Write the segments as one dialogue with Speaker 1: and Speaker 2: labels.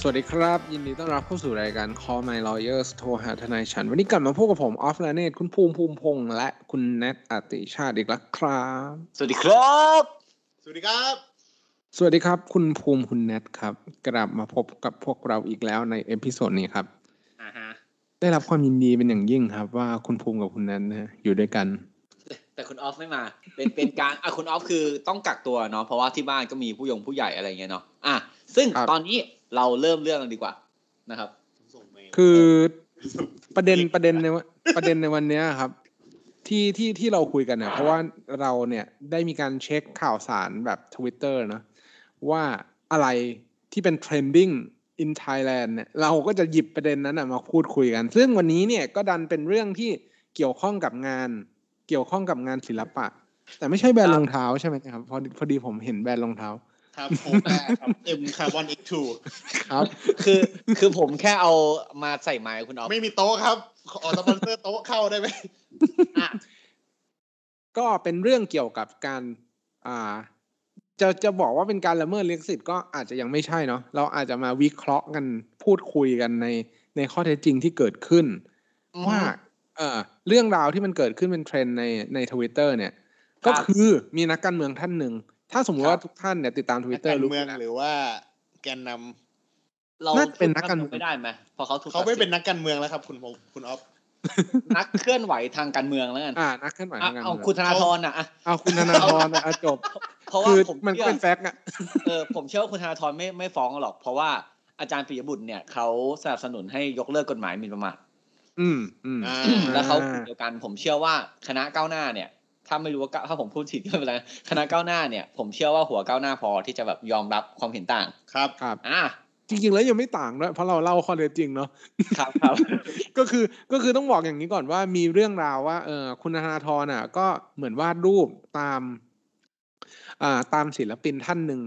Speaker 1: สวัสดีครับ ยินดีต้อนรับเข้าสู่รายการ Call My Lawyers โทรหาทนายฉัน วันนี้กลับมาพบกับผม ออฟลาเนตคุณภูมิภูมิพงษ์และคุณแนทอาติชาติอีกแล้วครับ
Speaker 2: สวัสดีครับ
Speaker 3: สวัสดีครับ
Speaker 1: สวัสดีครับ คุณภูมิคุณแนทครับ กลับมาพบกับพวกเราอีกแล้วในเอพิโซดนี้ครับ
Speaker 2: อ่าฮะ
Speaker 1: ได้รับความยินดีเป็นอย่างยิ่งครับ ว่าคุณภูมิกับคุณแนทเนะอยู่ด้วยกัน
Speaker 2: แต่คุณออฟไม่มา เป็นเป็นกลางอ่ะคุณออฟคือต้องกักตัวเนาะ เพราะว่าที่บ้านก็มีผู้ยงผู้ใหญ่อะไรเงี้ยเนาะ อ่ะ ซึ่ง
Speaker 1: ครับ
Speaker 2: ตอนนี้เราเริ่มเรื่องกันดีกว่านะครับ
Speaker 3: ส่งเมล
Speaker 1: คือประเด็นประเด็นในวันประเด็นในวันเนี้ยครับ ที่ที่ที่เราคุยกันเนี่ยเพราะว่าเราเนี่ยได้มีการเช็คข่าวสารแบบทวิตเตอร์นอะว่าอะไรที่เป็น trending in Thailand เนี่ยเราก็จะหยิบประเด็นนั้นนะมาพูดคุยกัน ซึ่งวันนี้เนี่ยก็ดันเป็นเรื่องที่เกี่ยวข้องกับงาน เกี่ยวข้องกับงานศิลปะ แต่ไม่ใช่แบรนด์รองเท้าใช่ไหมครับพอดีพอดีผมเห็นแบรนด์รองเท้า
Speaker 3: ครับโอแปด ครับ M Carbon X2
Speaker 1: ครับ
Speaker 2: คือคือผมแค่เอามาใส่ไม้คุณออฟ
Speaker 3: ไม่มีโต๊ะครับ ขอสปอนเซอร์โต๊ะเข้าได้ไหม
Speaker 1: ก็เป็นเรื่องเกี่ยวกับการ อ่า จะจะบอกว่าเป็นการละเมิดลิขสิทธิ์ก็อาจจะยังไม่ใช่เนาะ เราอาจจะมาวิเคราะห์กันพูดคุยกันในในข้อเท็จจริงที่เกิดขึ้น
Speaker 2: อืม
Speaker 1: ว่า เออเรื่องราวที่มันเกิดขึ้นเป็นเทรนด์ในในทวิตเตอร์เนี่ย
Speaker 2: ครับ
Speaker 1: ก็คือมีนักการเมืองท่านหนึ่นึ่ง ถ้าสมมติ
Speaker 2: ครับ
Speaker 1: ว่าทุกท่านเนี่ยติดตามทวิ
Speaker 3: นั
Speaker 1: ต
Speaker 3: ก
Speaker 1: เตอ
Speaker 3: การ
Speaker 1: ร์รู้
Speaker 3: เมือง
Speaker 1: นะ
Speaker 3: หรือว่าแกนนำ
Speaker 2: เรา
Speaker 1: น่าจะเป็นนักการเมือง
Speaker 2: ไม่ได้ไหมเพอเขาถูก
Speaker 3: เขาไม่เป็น
Speaker 2: ตัด
Speaker 3: นักการเมืองแล้วครับ คุณพงคุณออฟ
Speaker 2: สิทธิ์นักเคลื่อนไหวทางการเมืองแล้วกัน
Speaker 1: อ่า นักเคลื่อนไหว
Speaker 2: อ่ะ
Speaker 1: ทางการ
Speaker 2: เอา
Speaker 1: เมือง
Speaker 2: คุณธนาธรอ่ะอ่ะ
Speaker 1: เอาคุณธนาธรนะเอาจบ
Speaker 2: เพราะว่า
Speaker 1: คือ
Speaker 2: ผม
Speaker 1: มันก็
Speaker 2: เชื่อ
Speaker 1: เป็นแฟกต์อะ
Speaker 2: เออผมเชื่อว่าคุณธนาธรไม่ไม่ฟ้องหรอกเพราะว่าอาจารย์ปิยบุตรเนี่ยเขาสนับสนุนให้ยกเลิกกฎหมายหมิ่นประมาท
Speaker 1: อืมอืม
Speaker 3: อ่า
Speaker 2: แล้วเขากลุ่มเดียวกันผมเชื่อว่าคณะก้าวหน้าเนี่ย ถ้าไม่รู้ว่าก้าวถ้าผมพูดผิดก็ไม่เป็นไรคณะก้าวหน้าเนี่ยผมเชื่อว่าหัวก้าวหน้าพอที่จะแบบยอมรับความเห็นต่าง
Speaker 3: ครับ
Speaker 1: ครับ
Speaker 2: อ่ะ
Speaker 1: จริงๆแล้วยังไม่ต่างด้วยเพราะเราเล่าข้อเท็จจริงเนาะ
Speaker 2: ครับครับ
Speaker 1: ก็คือก็คือต้องบอกอย่างนี้ก่อนว่ามีเรื่องราวว่าเออคุณธนาธรอ่ะ ก็เหมือนวาดรูปตามอ่าตามศิลปินท่านหนึ่ง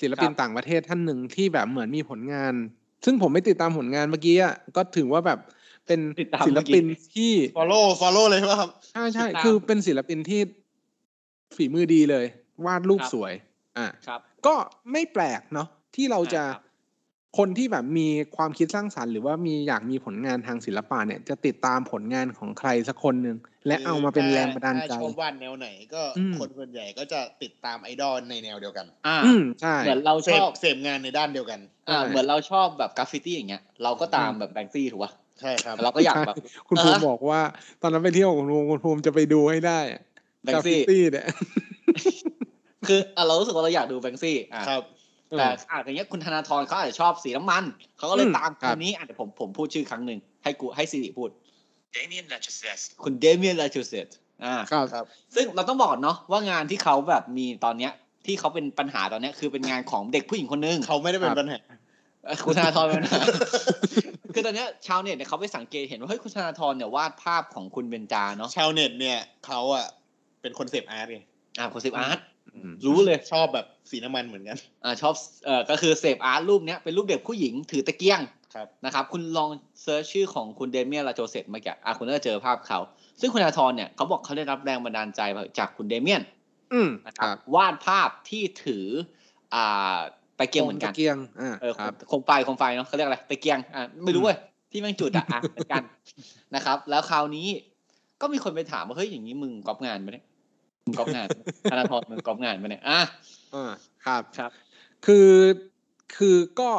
Speaker 1: ศิลปิน
Speaker 2: ครับ
Speaker 1: ต่างประเทศท่านหนึ่งที่แบบเหมือนมีผลงาน ซึ่งผมไม่ติดตามผลงานเมื่อกี้อ่ะก็ถือว่าแบบเป็น
Speaker 2: ติดตาม
Speaker 1: ศิล
Speaker 2: เมื่อกี้
Speaker 1: ปินที่
Speaker 3: follow follow เลยว่าครับ
Speaker 1: ใช่ใช่
Speaker 2: ติดตาม
Speaker 1: คือเป็นศิลปินที่ฝีมือดีเลย วาดรูป
Speaker 2: ครับ
Speaker 1: สวย อ่ะ
Speaker 2: ครับ
Speaker 1: ก็ไม่แปลกเนาะที่เราจะ
Speaker 2: อ่าครับ
Speaker 1: คนที่แบบมีความคิดสร้างสรรค์หรือว่ามีอยากมีผลงานทางศิลปะเนี่ย จะติดตามผลงานของใครสักคนหนึ่งและเอามาเป็นแรงบันดาลใจ
Speaker 3: ถ้ชอบวาดแนวไหน ก็
Speaker 1: อืม
Speaker 3: คนส่วนใหญ่ก็จะติดตามไอดอลในแนวเดียวกัน
Speaker 2: อ่า
Speaker 1: อืมใช่
Speaker 2: เหมือนเรา
Speaker 3: เส
Speaker 2: ช
Speaker 3: พ
Speaker 2: อบ
Speaker 3: เสพงานในด้านเดียวกัน
Speaker 2: อ่า
Speaker 1: ใช่
Speaker 2: เหมือนเราชอบแบบกราฟฟิตี้อย่างเงี้ยเราก็ตามแบบแบงซี่ถูกป่ะ
Speaker 3: ใช่ครับ
Speaker 2: เราก็อยากแบบ
Speaker 1: คุณภูมิ
Speaker 2: อ่ะ
Speaker 1: บอกว่า ตอนนั้นไปเที่ยวของคุณภูมิคุณภูมิจะไปดูให้ได้อะ
Speaker 2: แบง
Speaker 1: ก
Speaker 2: ซี่
Speaker 1: ราฟฟิตี้เนี่ย
Speaker 2: คืออ่ะเรารู้สึกว่าเราอยากดูแบงซี่อ่า
Speaker 3: ครับ
Speaker 2: แต่
Speaker 1: เออ
Speaker 2: อาจจะเนี้ยคุณธนาธรเขาอาจจะชอบสีน้ำมัน เขาก็เลย
Speaker 1: อืม
Speaker 2: ตาม
Speaker 1: ครั
Speaker 2: ค
Speaker 1: บ
Speaker 2: นนี้อาจจะผมผมพูดชื่อครั้งหนึ่งให้กูให้ซีริพูดคุณเดเมียนลาชูเซตอ่า
Speaker 1: ครับ
Speaker 3: ครับ
Speaker 2: ซึ่งเราต้องบอกเนาะว่างานที่เขาแบบมีตอนเนี้ยที่เขาเป็นปัญหาตอนเนี้ยคือเป็นงานของเด็กผู้หญิงคนนึง
Speaker 3: เขาไม่ได้เป็นปัญหา
Speaker 2: เอ่อคุณธนาธรเป็นปัญหาคือตอนเนี้ยชาวเน็ตเนี่ยเขาไปสังเกตเห็นว่าเฮ้ยคุณธนาธรเนี่ยวาดภาพของคุณเบนจาเนาะ
Speaker 3: ชาวเน็ตเนี่ยเขาอะเป็นคนเสพอาร์ตไง
Speaker 2: อ่าโคสิบอาร์ต
Speaker 1: อืม
Speaker 2: รู้เลย
Speaker 3: ชอบแบบสีน้ำมันเหมือนกัน
Speaker 2: อ่าชอบเอ่อก็คือเสพอาร์ตรูปเนี้ยเป็นรูปเด็กผู้หญิงถือตะเกียง
Speaker 3: ครับ
Speaker 2: นะครับคุณลองเซิร์ชชื่อของคุณเดเมียนลาโจเซตเมื่อกี้อ่ะคุณก็จะเจอภาพเขา ซึ่งคุณอาทรเนี่ยเขาบอกเขาได้รับแรงบันดาลใจมาจากคุณเดเมียน
Speaker 1: อืม
Speaker 2: นะค
Speaker 1: ครับ รับ
Speaker 2: วาดภาพที่ถืออ่าตะเกียงเหมือนกัน
Speaker 1: ตะเกียงอ่า
Speaker 2: เออ
Speaker 1: ครับ
Speaker 2: โคมไฟโคมไฟเนาะเขาเรียกอะไรตะเกียงอ่ะไม่รู้
Speaker 1: อืม
Speaker 2: เว้ยที่แม่งจุดอ่ะอ่ะเหมือนกัน นะครับ แล้วคราวนี้ก็มีคนไปถามว่าเฮ้ยอย่างนี้มึงก๊อปงานไหมเนี่ยมึงก๊อปงานธนาธรมึงก๊อปงานไหมเนี่ยอ่ะ
Speaker 1: อ่าครับ
Speaker 2: ครับ
Speaker 1: คือคือก็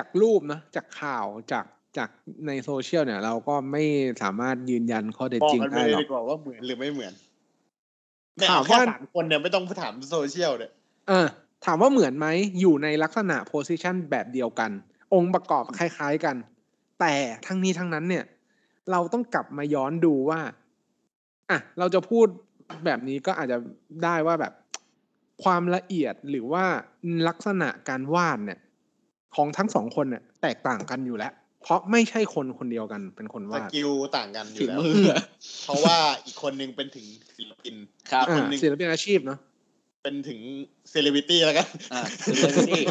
Speaker 1: จากรูปนะจากข่าวจากจากในโซเชียลเนี่ย เราก็ไม่สามารถยืนยันข้อเท็จ
Speaker 3: บอก
Speaker 1: จริง
Speaker 3: กันไป
Speaker 1: ได้หร
Speaker 3: เลย
Speaker 1: อก
Speaker 3: ดีกว่าว่าเหมือนหรือไม่เหมือน
Speaker 1: ถาม
Speaker 3: แค่
Speaker 1: ว่า
Speaker 3: สามคนเนี่ยไม่ต้องถามโซเชียลเนี่ย
Speaker 1: เออถามว่าเหมือนไหมอยู่ในลักษณะโพสิชันแบบเดียวกัน องค์ประกอบคล้ายๆกัน แต่ทั้งนี้ทั้งนั้นเนี่ย เราต้องกลับมาย้อนดูว่าอ่ะเราจะพูดแบบนี้ก็อาจจะได้ว่าแบบ ความละเอียดหรือว่าลักษณะการวาดเนี่ย ของทั้งสองคนเนี่ยแตกต่างกันอยู่แล้ว เพราะไม่ใช่คนคนเดียวกันเป็นคน
Speaker 3: ส
Speaker 1: วาด
Speaker 3: กิลต่างกันอ
Speaker 2: ฝี
Speaker 3: ยู่แล้ว
Speaker 2: มืออะ
Speaker 3: เพราะว่าอีกคนนึงเป็นถึงศิลปิน
Speaker 2: ครับ
Speaker 1: อ่า
Speaker 3: คนหนึ่ง
Speaker 1: ศิลปินอาชีพเนาะ
Speaker 3: เป็นถึงเซเลบริตี้แล้วกัน
Speaker 2: อ่าเป็นเรื่องที่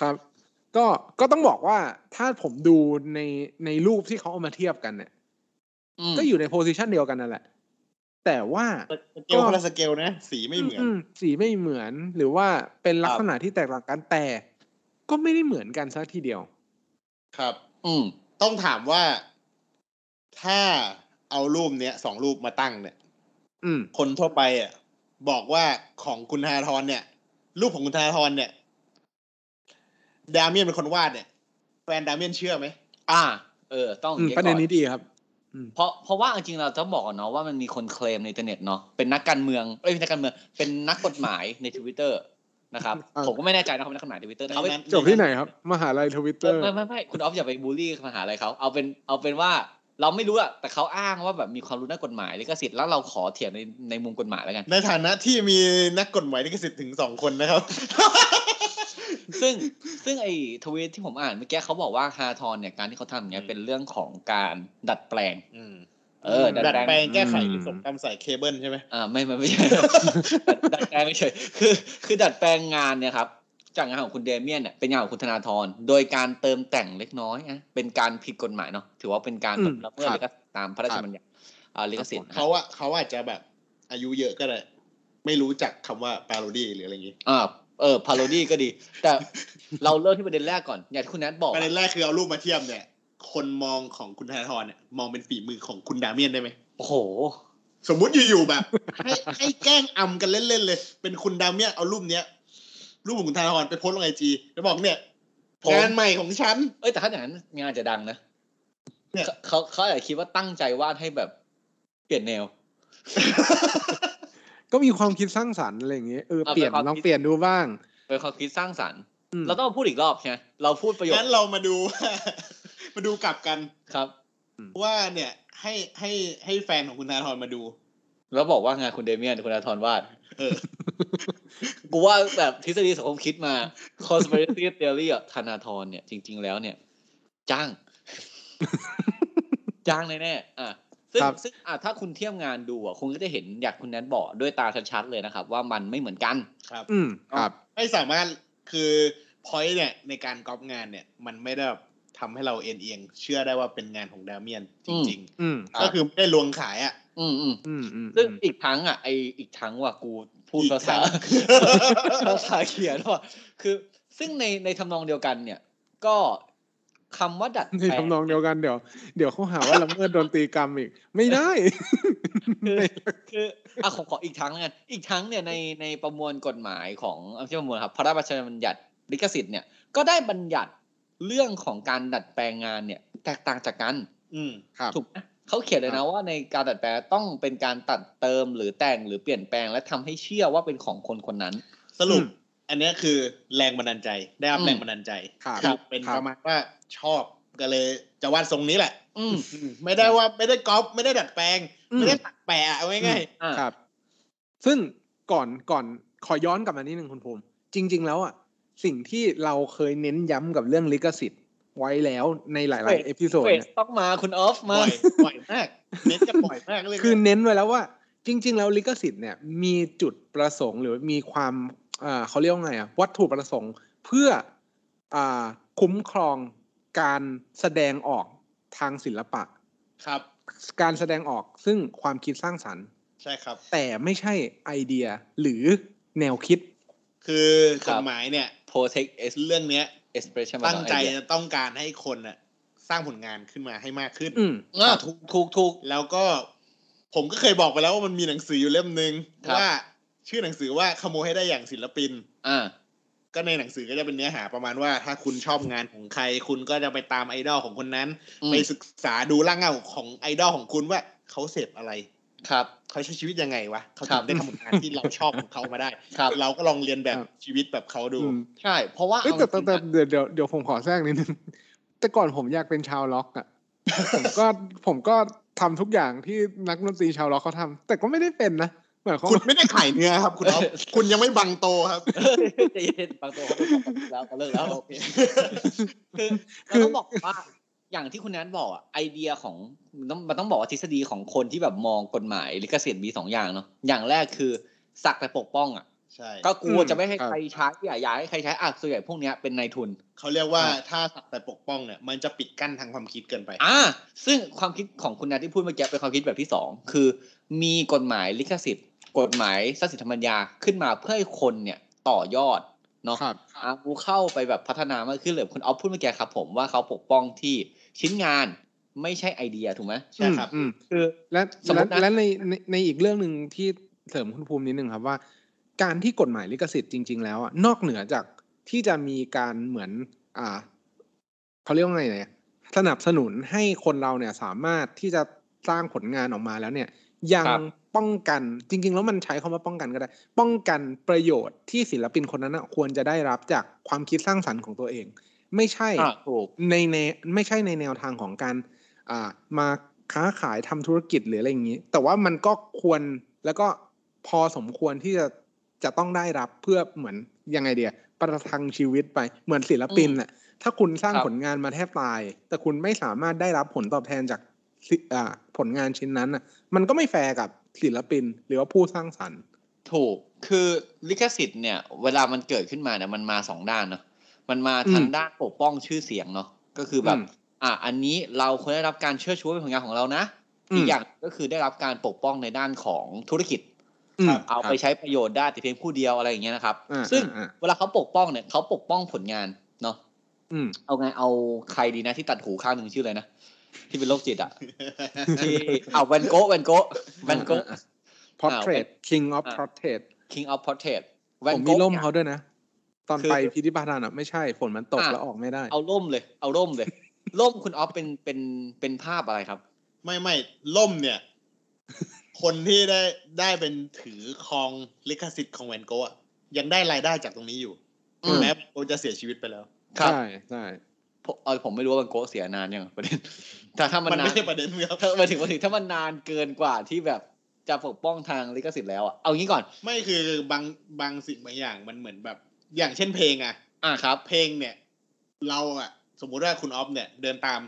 Speaker 1: ครับ ก็ก็ต้องบอกว่าถ้าผมดูในในรูปที่เขาเอามาเทียบกันเนี่ย
Speaker 2: อืม
Speaker 1: ก็อยู่ในโพสิชันเดียวกันนั่นแหละ แต่ว่า
Speaker 3: สเกลคนละสเกลนะ สีไม่เหมือน
Speaker 1: อืสีไม่เหมือนหรือว่าเป็นลักษณะที่แตกต่างกันแต่ ก็ไม่ได้เหมือนกันซะทีเดียว
Speaker 3: ครับ
Speaker 2: อืม
Speaker 3: ต้องถามว่าถ้าเอารูปเนี้ยสองรูปมาตั้งเนี่ย
Speaker 1: อืม
Speaker 3: คนทั่วไปอ่ะบอกว่าของคุณธนาธรเนี่ย รูปของคุณธนาธรเนี่ยดาเมียนเป็นคนวาดเนี่ย แฟนดาเมียนเชื่อไหม
Speaker 2: อ่า เออ ต้อง
Speaker 1: อืม
Speaker 2: เก็บ
Speaker 1: ประ
Speaker 2: ก่
Speaker 1: เด็น
Speaker 2: อน
Speaker 1: นี้ดีครับ
Speaker 2: เพราะเพราะว่าจริงๆเราต้องบอกก่อนเนาะว่ามันมีคนเคลมในอินเทอร์เน็ตเนาะเป็นนักการเมืองเอ้ยไม่ใช่นักการเมืองเป็นนักกฎหมายในทวิตเตอร์นะครับ
Speaker 1: อ่า
Speaker 2: ผมก็ไม่แน่ใจนะเขาเป็นนักกฎหมายทวิตเตอร์แต่เขาเป็น
Speaker 1: จบที่ไหนครับ มหาลัยทวิตเตอร์
Speaker 2: ไม่ไม่ไม่คุณออฟอย่าไปบูลลี่มหาลัยเขาเอาเป็นเอาเป็นว่าเราไม่รู้อะแต่เขาอ้างว่าแบบมีความรู้ด้านกฎหมายลิขสิทธิ์แล้วเราขอเถียงในในมุมกฎหมายแล้วกัน
Speaker 3: ในฐานะที่มีนักกฎหมายลิขสิทธิ์ถึงสองคนนะครับ
Speaker 2: ซึ่งซึ่งไอ้ทวีตที่ผมอ่านเมื่อกี้เขาบอกว่าฮาทอนเนี่ยการที่เขาทำอย่างเงี้ย
Speaker 3: อืม
Speaker 2: เป็นเรื่องของการดัดแปลง
Speaker 3: อืม
Speaker 2: เออดัด
Speaker 3: ดัด
Speaker 2: แปลง
Speaker 3: แปลงแก้ไข
Speaker 1: อืม
Speaker 3: หรือสมกรรมใส่เคเบิลใช่ไหม
Speaker 2: อ่าไม่ไม่ไม่ใช่ ดัดแปลงไม่ใช่คือคือดัดแปลงงานเนี่ยครับจากงานของคุณเดเมียนเนี่ยเป็นงานของคุณธนาธรโดยการเติมแต่งเล็กน้อยนะเป็นการผิดกฎหมายเนาะถือว่าเป็นการ
Speaker 1: อืม
Speaker 2: ละเมิด
Speaker 1: ครับ
Speaker 2: ลิขสิทธิ์ตามพระราชบัญญัติอ่าลิขสิทธิ์นะครั
Speaker 3: เขา
Speaker 2: บ
Speaker 3: อะเขาอาจจะแบบอายุเยอะก็ได้ไม่รู้จักคำว่าปาโรดี้หรืออะไรอย่างงี้
Speaker 2: อ่าเออพาโรดี้ก็ดี แต่เราเริ่มที่ประเด็นแรกก่อนอย่างที่คุณแนทบอก
Speaker 3: ประเด็น
Speaker 2: อะ
Speaker 3: แรกคือเอารูปมาเทียบเนี่ย คนมองของคุณธนาธรเนี่ยมองเป็นฝีมือของคุณดาเมียนได้ไหม
Speaker 2: โอ้โห
Speaker 3: สมมุติอยู่ๆแบบ ให้ให้แกล้งอำกันเล่นๆเลย เป็นคุณดาเมียนเอารูปเนี้ย รูปของคุณธนาธรไปโพสต์ลงไอจีแล้วบอกเนี่ย
Speaker 2: ผม
Speaker 3: งานใหม่ของฉัน
Speaker 2: เอ้ยแต่ถ้าอย่างนั้นงานอาจจะดังนะ
Speaker 3: เนี่ย
Speaker 2: เขาเขาอาจจะคิดว่าตั้งใจวาดให้แบบเปลี่ยนแนว
Speaker 1: ก็มีความคิดสร้างสรรค์อะไรอย่างเงี้ยเออ
Speaker 2: เอาไป
Speaker 1: เปลี่ยน
Speaker 2: ความ
Speaker 1: ลอง
Speaker 2: คิด
Speaker 1: เปลี่ยนดูบ้าง
Speaker 2: เป็นความคิดสร้างสรรค์
Speaker 1: อืม
Speaker 2: เราต้องมาพูดอีกรอบใช่ไหมเราพูดประโยค
Speaker 3: งั้นเรามาดู มาดูกลับกัน
Speaker 2: ครับ
Speaker 3: ว่าเนี่ย ให้ให้ให้แฟนของคุณธนาธรมาดู
Speaker 2: แล้วบอกว่างานคุณเดเมียนคุณอาทรวาด
Speaker 3: เออ
Speaker 2: กูว่าแบบทฤษฎีสังคมคิดมา conspiracy theory อ่ะธนาธรเนี่ย จริง ๆ แล้วเนี่ย จ้าง จ้างแน่ๆอ่ะซึ่ง
Speaker 1: ครับ
Speaker 2: ซึ่งอ่ะถ้าคุณเทียบงานดูอ่ะคุณก็จะเห็นอยากคุณแนทบอกด้วยตาชัดๆเลยนะครับ ว่ามันไม่เหมือนกัน
Speaker 3: ครับ
Speaker 1: อืมครับ
Speaker 3: ไม่สามารถคือ point เนี่ย ในการก๊อปงานเนี่ย มันไม่ได้แบบทำให้เราเอ็นเอียง เชื่อได้ว่าเป็นงานของดาเมียนจริง
Speaker 1: อืม
Speaker 3: ๆ ก็คือไม่ได้ลวงขายอ่ะ
Speaker 2: อืมอืม
Speaker 1: อืมอืม
Speaker 2: ซึ่งอีกทั้งอ่ะไออีกทั้งว่ากูพูด
Speaker 3: อีก
Speaker 2: ภาษา
Speaker 3: ทั้ง
Speaker 2: ภ าษาเขียนว่าคือ ซึ่งในในทำนองเดียวกันเนี่ย ก็คำว่าดัด
Speaker 1: ใน
Speaker 2: แปลง
Speaker 1: ทำนองเดียวกันเดี๋ยว เดี๋ยวเขาหาว่าละเมิดดนตรีกรรมอีก ไม่ได้
Speaker 2: คืออ่ะขอขออีกทั้งแล้วกันอีกทั้งเนี่ยในในประมวลกฎหมายของไม่ใช่ประมวลครับ พระราชบัญญัติลิขสิทธิ์เนี่ยก็ได้บัญญัติเรื่องของการดัดแปลงงานเนี่ย แตกต่างจากกัน
Speaker 3: อืม
Speaker 1: ครับ
Speaker 2: ถูกไหมเขาเขียนเลยนะว่าในการดัดแปลงต้องเป็นการตัดเติมหรือแต่งหรือเปลี่ยนแปลงและทำให้เชื่อว่าเป็นของคนคนนั้น
Speaker 3: สรุป
Speaker 1: อืม
Speaker 3: อันเนี้ยคือแรงบันดาลใจ ได้รับ
Speaker 2: อืม
Speaker 3: แรงบันดาลใจ
Speaker 1: ครับ
Speaker 3: อเป็น
Speaker 1: ครับ
Speaker 3: ประมาณว่าชอบก็เลยจะวาดทรงนี้แหละ
Speaker 2: อืม
Speaker 3: ไม่ได้ว่าไม่ได้ก๊อปไม่ได้ดัดแปลง
Speaker 1: อืม
Speaker 3: ไม่ได้ตัดแปะเอาง่าย
Speaker 2: อ่า
Speaker 1: ครับ ซึ่งก่อนก่อนขอย้อนกลับมานิดนึงคุณภูมิ จริง ๆ แล้วอ่ะสิ่งที่เราเคยเน้นย้ำกับเรื่องลิขสิทธิ์ไว้แล้วในหลาย ๆ เอพิโซด
Speaker 2: เฟ
Speaker 1: เนี่ย
Speaker 2: สต้องมาคุณออฟ
Speaker 3: ๆ
Speaker 2: มา
Speaker 3: บ่อยบ่อยมากเน้นจะบ่อยมากเลย
Speaker 1: คือเน้นไว้แล้วว่าจริง ๆ แล้วลิขสิทธิ์เนี่ยมีจุดประสงค์หรือมีความเอ่อเขาเรียกว่าไงอ่ะวัตถุประสงค์เพื่ออ่าคุ้มครองการแสดงออกทางศิลปะ
Speaker 3: ครับ
Speaker 1: การแสดงออกซึ่งความคิดสร้างสรรค์
Speaker 3: ใช่ครับ
Speaker 1: แต่ไม่ใช่ไอเดียหรือแนวคิด
Speaker 3: คือกฎหมายเนี่ย
Speaker 2: โปรเทคเอส
Speaker 3: เรื่องเนี้ย
Speaker 2: เอสเพรสชั่น
Speaker 3: ตั้งใจจะต้องการให้คนน่ะสร้างผลงานขึ้นมาให้มากขึ้น
Speaker 1: อืม
Speaker 2: ถูกถูกถูก
Speaker 3: แล้วก็ผมก็เคยบอกไปแล้วว่ามันมีหนังสืออยู่เล่มหนึ่ง
Speaker 2: ครับ
Speaker 3: ว่าชื่อหนังสือว่าขโมยให้ได้อย่างศิลปิน
Speaker 2: อ่า
Speaker 3: ก็ในหนังสือก็จะเป็นเนื้อหาประมาณว่าถ้าคุณชอบงานของใคร คุณก็จะไปตามไอดอลของคนนั้น
Speaker 2: อืม
Speaker 3: ไปศึกษาดูร่างเงาของไอดอลของคุณว่าเขาเสพอะไร
Speaker 2: ครับ
Speaker 3: เขาใช้ชีวิตยังไงวะเขา
Speaker 2: ค
Speaker 3: ถึ
Speaker 2: รับ
Speaker 3: งได้ทำผลงานที่เราชอบของเขามาได้
Speaker 2: ครับ
Speaker 3: เราก็ลองเรียนแบบ
Speaker 1: ครับ
Speaker 3: ชีวิตแบบเขาดู
Speaker 1: อืม
Speaker 2: ใช่ เพราะว่า
Speaker 1: เอ้ยแต่แต่
Speaker 2: เอาจริงๆ
Speaker 1: แต่
Speaker 2: อะ
Speaker 1: เดี๋ยวเดี๋ยวเดี๋ยวผมขอแทรกนิดนึง แต่ก่อนผมอยากเป็นชาวล็อกอ่ะ ผมก็ผมก็ทำทุกอย่างที่นักดนตรีชาวล็อกเขาทำแต่ก็ไม่ได้เป็นนะเหมือนเขาม
Speaker 3: คุ
Speaker 1: ว่า
Speaker 3: ณไม่ได้ไข่เนื้อครับ คุณ อ๊อฟคุณยังไม่บังโตครับ
Speaker 2: เฮ้ยใจเย็นบางตัวเขาเป็นปกติแล้วเขาเลิกแล้วโอเคคือเราต้องบอกว่า อย่างที่คุณแอนทบอกอะไอเดียของมันต้องมันต้องบอกว่าทฤษฎีของคนที่แบบมองกฎหมายลิขสิทธิ์มีสองอย่างเนาะอย่างแรกคือสักแต่ปกป้องอ่ะ
Speaker 3: ใช่
Speaker 2: ก็กลัวจะไม่ให้
Speaker 1: ครับ
Speaker 2: ใครใช้อย่าอย่าให้ใครใช้อ่ะส่วนใหญ่พวกเนี้ยเป็นนายทุน
Speaker 3: เขาเรียกว่าถ้าสักแต่ปกป้องเนี่ยมันจะปิดกั้นทางความคิดเกินไป
Speaker 2: อ่า ซึ่งความคิดของคุณแอนทที่พูดเมื่อกี้เป็นความคิดแบบที่สองคือ มีกฎหมายลิขสิทธิ์ กฎหมายทรัพย์สินธรรมปัญญาขึ้นมาเพื่อให้คนเนี่ยต่อยอดเนาะ
Speaker 1: ครับ
Speaker 2: อากูเข้าไปแบบพัฒนามากขึ้นเลยคุณออฟพูดเมื่อกี้ครับผมว่าเขาปกป้องที่ชิ้นงานไม่ใช่ไอเดียถูกไหม
Speaker 3: ใช่ครับ
Speaker 1: อืม
Speaker 2: คือ
Speaker 1: และ
Speaker 2: สมมุ
Speaker 1: และ
Speaker 2: ตินะ
Speaker 1: และในในในอีกเรื่องหนึ่งที่เสริมคุณภูมินิดนึงครับว่า การที่กฎหมายลิขสิทธิ์จริง ๆ แล้วอะนอกเหนือจากที่จะมีการเหมือน อ่าเขาเรียกว่าไงเนี่ยสนับสนุนให้คนเราเนี่ยสามารถที่จะสร้างผลงานออกมาแล้วเนี่ย ยัง
Speaker 2: ครับ
Speaker 1: ป้องกันจริง ๆ แล้วมันใช้คำว่าป้องกันก็ได้ ป้องกันประโยชน์ที่ศิลปินคนนั้นนะควรจะได้รับจากความคิดสร้างสรรค์ของตัวเอง ไม่ใช่
Speaker 2: อ่าถูก
Speaker 1: ในแนวไม่ใช่ในแนวทางของการอ่ามาค้าขายทำธุรกิจหรืออะไรอย่างนี้ แต่ว่ามันก็ควรแล้วก็พอสมควรที่จะจะต้องได้รับเพื่อเหมือนยังไงเดียประทังชีวิตไปเหมือนศิลปินน่ะถ้าคุณสร้าง
Speaker 2: ครับ
Speaker 1: ผลงานมาแทบตาย แต่คุณไม่สามารถได้รับผลตอบแทนจากศิอ่าผลงานชิ้นนั้นน่ะมันก็ไม่แฟร์กับศิลปินหรือว่าผู้สร้างสรรค์
Speaker 2: ถูกคือลิขสิทธิ์เนี่ย เวลามันเกิดขึ้นมาเนี่ยมันมาสองด้านเนาะมันมาทาง
Speaker 1: อืม
Speaker 2: ด้านปกป้องชื่อเสียงเนาะก็คือแบบ
Speaker 1: อืม
Speaker 2: อ่ะอันนี้เราควรได้รับการเชื่อชูเป็นผลงานของเรานะ
Speaker 1: อืม
Speaker 2: อีกอย่างก็คือได้รับการปกป้องในด้านของธุรกิจ
Speaker 1: อืม
Speaker 2: เอาไปใช้ประโยชน์ได้แต่เพียงผู้เดียวอะไรอย่างเงี้ยนะครับ
Speaker 1: อ่า
Speaker 2: ซึ่ง
Speaker 1: อ่าอ่า
Speaker 2: เวลาเขาปกป้องเนี่ยเขาปกป้องผลงานเนาะ
Speaker 1: อืม
Speaker 2: เอาไงเอาใครดีนะที่ตัดหูข้างหนึ่งชื่ออะไรนะ ที่เป็นโรคจิตอ่ะ ที่เอาแวนโกะแวนโกะแวนโกะ
Speaker 1: อ่าอ่า portrait king of
Speaker 2: อ่า
Speaker 1: portrait
Speaker 2: king of portrait แว
Speaker 1: ผ
Speaker 2: น
Speaker 1: มมี
Speaker 2: โกะ
Speaker 1: ร่ม
Speaker 2: เนี่ย
Speaker 1: เขาด้วยนะ ตอน
Speaker 2: คือ
Speaker 1: ไปพิพิธภัณฑ์อะไม่ใช่ฝนมันตก
Speaker 2: อ่ะ
Speaker 1: แล้วออกไม่ได้
Speaker 2: เอาร่มเลย เอาร่มเลย ร่มคุณออฟเป็นเป็นเป็นภาพอะไรครับ
Speaker 3: ไม่ไม่ล่มเนี่ย คนที่ได้ได้เป็นถือครองลิขสิทธิ์ของแวนโกะอะยังได้รายได้จากตรงนี้อยู่
Speaker 2: อืม
Speaker 3: แม้แวนโกะจะเสียชีวิตไปแล้ว
Speaker 2: ครับ
Speaker 1: ใช่ใช่
Speaker 2: ผมเออผมไม่รู้ว่าแวนโกะเสียนานยังประเด็น แต่ถ้ามัน
Speaker 3: มัน
Speaker 2: นา
Speaker 3: ไม่
Speaker 2: น
Speaker 3: ใช่ประเด็นครับ
Speaker 2: ถ้ามาถึงมาถึงถ้ามันนานเกินกว่าที่แบบจะปกป้องทางลิขสิทธิ์แล้วอ่ะเอางี้ก่อน
Speaker 3: ไม่คือบางบางสิ่งบางอย่างมันเหมือนแบบ อย่างเช่นเพลงอะ
Speaker 2: อ่ะครับ
Speaker 3: เพลงเนี่ย เราอะสมมุติว่าคุณออฟเนี่ย เดินตาม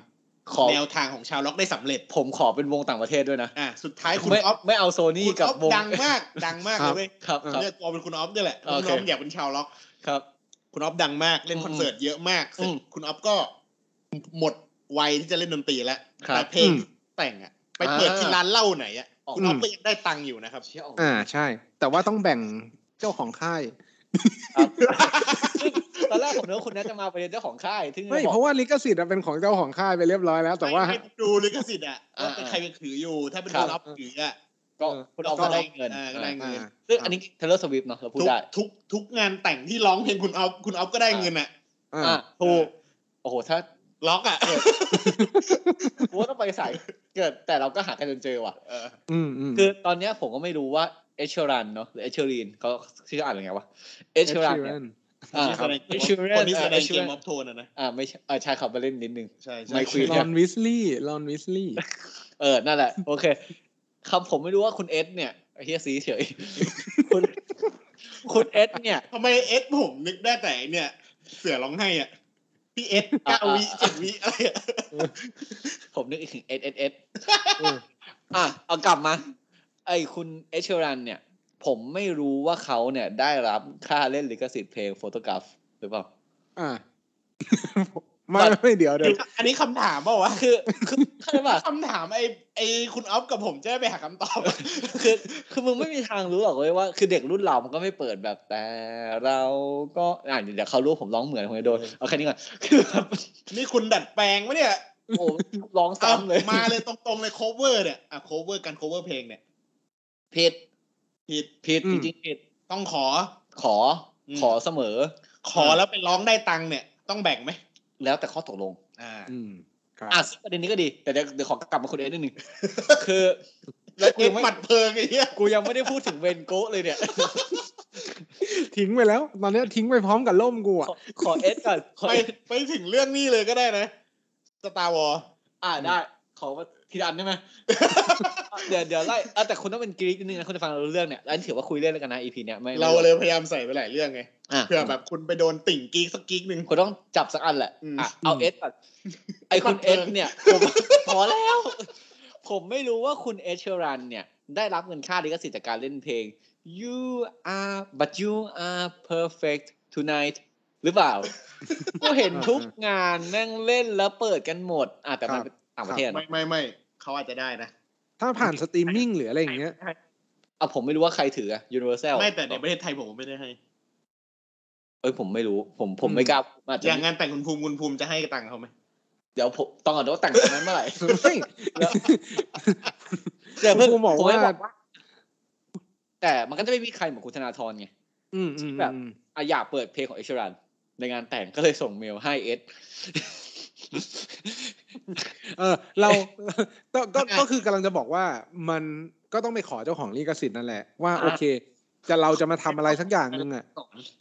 Speaker 2: ขอ
Speaker 3: แนวทางของชาวล็อกได้สำเร็จ
Speaker 2: ผมขอเป็นวงต่างประเทศด้วยนะ
Speaker 3: อ่ะสุดท้ายคุณ
Speaker 2: ไม่
Speaker 3: ออฟ
Speaker 2: ไม่เอาโซนี่
Speaker 3: คุณ
Speaker 2: กับ
Speaker 3: ออฟ
Speaker 2: วง
Speaker 3: ดังมาก ดังมากเลยเว้ย
Speaker 2: ครับครับ
Speaker 3: เนี่ยตัวเป็นคุณออฟเนี่ยแหละ
Speaker 2: โอ
Speaker 3: คุณ
Speaker 2: เค
Speaker 3: ออฟอยากเป็นชาวล็อก
Speaker 2: ครับ
Speaker 3: คุณออฟดังมากเล่น
Speaker 2: อืม
Speaker 3: คอนเสิร์ตเยอะมากเสร็จ
Speaker 2: อืม
Speaker 3: คุณออฟก็หมดวัยที่จะเล่นดนตรีแล้ว
Speaker 2: ครับ
Speaker 3: แต่เพลงแต่งอ่ะ ไปเปิดที่ร้านเหล้าไหนอ่ะ
Speaker 2: อ๋อ
Speaker 3: คุณออฟก็ยังได้ตังค์อยู่นะครับ
Speaker 2: เชี่ยออก
Speaker 1: อ่าใช่ แต่ว่าต้องแบ่งเจ้าของค่าย
Speaker 2: ตอนแรกผมนึกว่าคุณน่าจะมาประเด็นเจ้าของค่ายที่
Speaker 1: ไม่
Speaker 2: บอก
Speaker 1: เพราะว่าลิขสิทธิ์อะเป็นของเจ้าของค่ายไปเรียบร้อยแล้ว แต่ว่า
Speaker 3: ไปดูลิขสิทธิ์อ่ะ
Speaker 2: อ่า
Speaker 3: ว่าเป็นใครเป็นถืออยู่ ถ้าเป็น
Speaker 2: ครับ
Speaker 3: คุณออฟถืออ่ะ
Speaker 2: ก็คุณออก
Speaker 3: ก็
Speaker 2: มาได้เงิน
Speaker 3: อ่าก็ได้เงิน
Speaker 1: อ่า
Speaker 2: ซึ่งอันนี้เทเลอร์สวิฟเนาะเราพูด
Speaker 3: ทุก
Speaker 2: ได้
Speaker 3: ทุกทุกงานแต่งที่ร้องเพลงคุณออฟคุณออฟก็ได้เงินอ่ะ
Speaker 1: อ่า
Speaker 2: อ่ะถูกโอ้โห ถ้า
Speaker 3: ล็อกอ่ะ เออ
Speaker 2: กูว่าต้องไปสายเกิดแต่เราก็หากันจนเจอว่ะ
Speaker 3: เออ
Speaker 1: อืมอืม
Speaker 2: คือตอนเนี้ยผมก็ไม่รู้ว่าเอชเชอรันเนาะหรือเอชเชอรีนเขาชื่ออ่านยังไงวะเอชเชอรันเนี่ย
Speaker 1: Ed Sheeran
Speaker 2: อ่า
Speaker 3: ที่
Speaker 2: ค
Speaker 3: แส
Speaker 2: รับ
Speaker 3: ดง
Speaker 2: เอช
Speaker 3: คน นที่แสด
Speaker 2: เชอรัเอง ชเช
Speaker 3: เก
Speaker 2: อ
Speaker 3: ม
Speaker 2: รั
Speaker 3: อน อฟโทนอ่ะนะ
Speaker 2: อ่าไม่ใช่เออชายขับไปเล่นนิดนึง
Speaker 3: ใช่ใช่
Speaker 2: ไม่คุย
Speaker 1: ลอนวิสลีย์ลอนวิสลีย์
Speaker 2: เออ นั่นแหละ โอเคคำผมไม่รู้ว่าคุณเอสเนี่ยไอ้เฮียซีเฉย คุณคุณเอสเนี่ย
Speaker 3: ทำไมเอสผมนึกได้แต่ไอ้เนี่ย เสือร้องไห้อ่ะพี่เอสเก้าวิเจ็ดวิอะไรอ่ะ
Speaker 2: ผมนึกถึง S S S อ่ะเอากลับมา ไอคุณเอชรันเนี่ย ผมไม่รู้ว่าเขาเนี่ยได้รับค่าเล่นลิขสิทธิ์เพลงโฟโตกราฟหรือเปล่า
Speaker 1: อ่าไม่ไม่เดี๋ยวเดี๋ยว
Speaker 3: อันนี้คำถามเปล่าวะ
Speaker 2: คือคือเข้าใจป่ะ
Speaker 3: คำถามไอ้ไอ้คุณออฟกับผมจะได้ไปหาคำตอบ
Speaker 2: คือคือมึงไม่มีทางรู้หรอกเลยว่า คือเด็กรุ่นเรามันก็ไม่เปิดแบบแต่เราก็อ่ะเดี๋ยวเขารู้ผมร้องเหมือนผมจะโดนเอาแค่นี้ ก่อนคือแบบ
Speaker 3: นี่คุณดัดแปลงวะเนี่ย
Speaker 2: โอ้ร้องซ้ำเลย
Speaker 3: อามาเลยตรงๆเลย cover เนี่ยอ่ะ cover การ cover เพลงเนี่ย
Speaker 2: ผิด
Speaker 3: ผิด
Speaker 2: ผิดจริงๆผิด
Speaker 3: ต้องขอ
Speaker 2: ขอขอเสมอ
Speaker 3: ขอแล้วไปร้องได้ตังค์เนี่ย ต้องแบ่งไหม
Speaker 2: แล้วแต่ข้อตกลง
Speaker 3: อ่า
Speaker 1: อืมครับ
Speaker 2: อ่ะซึ่งประเด็นนี้ก็ดีแต่เดี๋ยวเดี๋ยวขอกลับมาคุณเอ็นนิดนึง คือแล้วกู
Speaker 3: เอ็
Speaker 2: ยัง
Speaker 3: ม
Speaker 2: ไม่
Speaker 3: หมัดเพลิงไอ้ เหี้ย
Speaker 2: กูยังไม่ได้พูดถึงเวนโกะเลยเนี่ย
Speaker 1: ทิ้งไปแล้ว ตอนเนี้ยทิ้งไปพร้อมกับร่มกู
Speaker 2: ข
Speaker 1: อ่ะ
Speaker 2: อขอเอสก่อนขอ
Speaker 3: ไป
Speaker 2: เอส
Speaker 3: ไปถึงเรื่องนี้เลยก็ได้นะสตาร์วอล
Speaker 2: อ่ะได้ขอ ผิดอันใช่ไหม เดี๋ยวเดี๋ยวไล่เอาแต่คุณต้องเป็นกรีกนิดนึงนะคุณจะฟังเรารู้เรื่องเนี่ยแล้วถือว่าคุยเล่นแล้วกันนะ EP เนี่ยไม่ไม่
Speaker 3: เราเลยพยายามใส่ไปหลายเรื่องไง
Speaker 2: อ่ะ
Speaker 3: เผื่อแบบคุณไปโดนติ่งกิ๊กสักกิ๊กหนึ่ง
Speaker 2: คุณต้องจับสักอันแหละ
Speaker 3: อืม
Speaker 2: อ่ะเอาเอส ก่อนไอคุณ
Speaker 3: บัง
Speaker 2: เอ
Speaker 3: เอิ
Speaker 2: ส
Speaker 3: ญ
Speaker 2: เนี่ยผมพอแล้ว ผมไม่รู้ว่าคุณเอชเชอรันเนี่ย ได้รับเงินค่าลิขสิทธิ์จากการเล่นเพลง you are but you are perfect tonight หรือเป ล่า ก็เห็นทุกงานนั่งเล่นแล้วเปิดกันหมดอ่ะแต่มันเป็นต่างประเทศอะ
Speaker 3: ไม่ไม่ไม่เขาอาจจะได้นะ
Speaker 1: ถ้าผ่านสตรีมมิ่งหรืออะไรอย่างเงี้ย
Speaker 2: อ่ะผมไม่รู้ว่าใครถืออะ Universal
Speaker 3: ไม่แต่ในประเทศไทยผมไม่ได้ให้
Speaker 2: เอ้ยผมไม่รู้ ผมผม
Speaker 1: อืม
Speaker 2: ไม่กล้าอาจจะ
Speaker 3: อย่างงานแต่งคุณภูมิคุณภูมิจะให้ตังค์เขาไหม
Speaker 2: เดี๋ยวผมต้องเอาเดี๋ยวแต่งตรงนั้นเมื่อไหร่
Speaker 1: ไม่
Speaker 2: เดี๋ยวเพิ่ง
Speaker 1: ผมบอก
Speaker 2: ผมไม่
Speaker 1: ว่า
Speaker 2: บอกว่า แต่มันก็จะไม่มีใครเหมือนคุณธนาธรไง
Speaker 1: อืมอืม
Speaker 2: แบบ
Speaker 1: อืม
Speaker 2: อ่ะอยากเปิดเพลงของเอชรันในงานแต่งก็เลยส่งเมลให้เอส
Speaker 1: เออ เรา ก็ก็ก็คือกำลังจะบอกว่ามันก็ต้องไปขอเจ้าของลิขสิทธิ์นั่นแหละ ว่า
Speaker 2: อ่ะ
Speaker 1: โอเค จะเราจะมาทำอะไรสักอย่างหนึ่งอ่ะ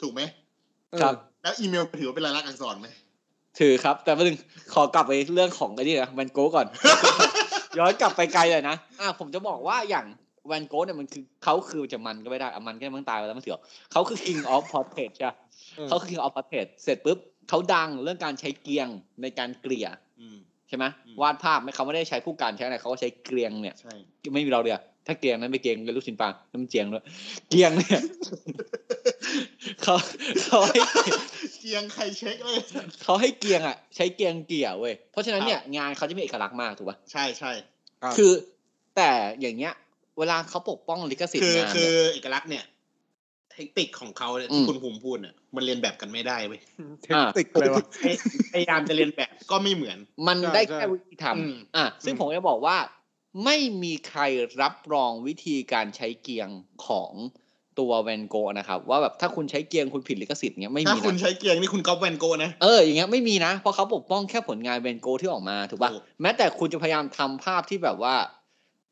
Speaker 3: ถูกไหม
Speaker 1: เออ
Speaker 2: ครับ
Speaker 3: แล้วอีเมลถือว่าเป็นลายลักษณ์อักษรไหม
Speaker 2: ถือครับ แต่ประเด็นงขอกลับไปเรื่องของไอ้นี่นะแวนโก้ก่อน ย้อนกลับไปไกลเลยนะอ่ะผมจะบอกว่าอย่างแวนโก้เนี่ยมันคือเขาคือจะมันก็ไม่ได้อ่ะมันก็มันตายไปแล้วมันเถื่อกเขาคือ king of portrait ใช่ปะ
Speaker 1: เออ
Speaker 2: เขาคือ King of Portrait เสร็จปุ๊บเขาดังเรื่องการใช้เกรียงในการเกลี่ย
Speaker 3: อืม
Speaker 2: ใช่ไหม
Speaker 3: อืม
Speaker 2: วาดภาพไม่เขาไม่ได้ใช้ผู้การใช้อะไรเขาก็ใช้เกรียงเนี่ย
Speaker 3: ใช่
Speaker 2: ไม่มีเราเดียวถ้าเกรียงนั้นไม่เกรียงเป็นลูกชิ้นปลาน้ำเจียงด้วยเกรียงเนี่ย เขาเขาให้
Speaker 3: เกียงใครเช็คเลย
Speaker 2: เขาให้เกรียงอ่ะ ใช้เกรียงเกลี่ยเว้ยเพราะฉะนั้นเนี่ยงานเขาจะมีเอกลักษณ์มากถูกป่ะ
Speaker 3: ใช่ใช่
Speaker 1: ครับ
Speaker 2: คือ แต่อย่างเงี้ย เวลาเขาปกป้องลิขสิทธิ์
Speaker 3: คือง
Speaker 2: าน
Speaker 3: คื
Speaker 2: เนี่
Speaker 3: อย เอกลักษณ์เนี่ย เทคนิคของเขาเนี่ย
Speaker 2: อื
Speaker 3: ที่
Speaker 2: ม
Speaker 3: คุณภูมิพูดเนี่ยมันเรียนแบบกันไม่ได้เว้ย
Speaker 1: เทคนิคเลยวะ
Speaker 3: พยายามจะเรียนแบบก็ไม่เหมือน
Speaker 2: มัน
Speaker 1: ใช่
Speaker 2: ได้
Speaker 1: ใช่
Speaker 2: แค่วิ
Speaker 3: อื
Speaker 2: ธี
Speaker 3: ม
Speaker 2: ทำอ่ะซึ่ง
Speaker 1: อืม
Speaker 2: ผมจะบอกว่า ไม่มีใครรับรองวิธีการใช้เกียงของตัวแวนโกะนะครับ ว่าแบบถ้าคุณใช้เกียงคุณผิดลิขสิทธิ์เงี้ยไม่
Speaker 3: ถ้า
Speaker 2: มี
Speaker 3: คุณ
Speaker 2: นะ
Speaker 3: ใช้เกียงนี่คุณก๊อปแวนโกะนะ
Speaker 2: เอออย่างเงี้ยไม่มีนะ เพราะเขาปกป้องแค่ผลงานแวนโกะที่ออกมาถูกป่ะ
Speaker 3: ถูก
Speaker 2: แม้แต่คุณจะพยายามทำภาพที่แบบว่า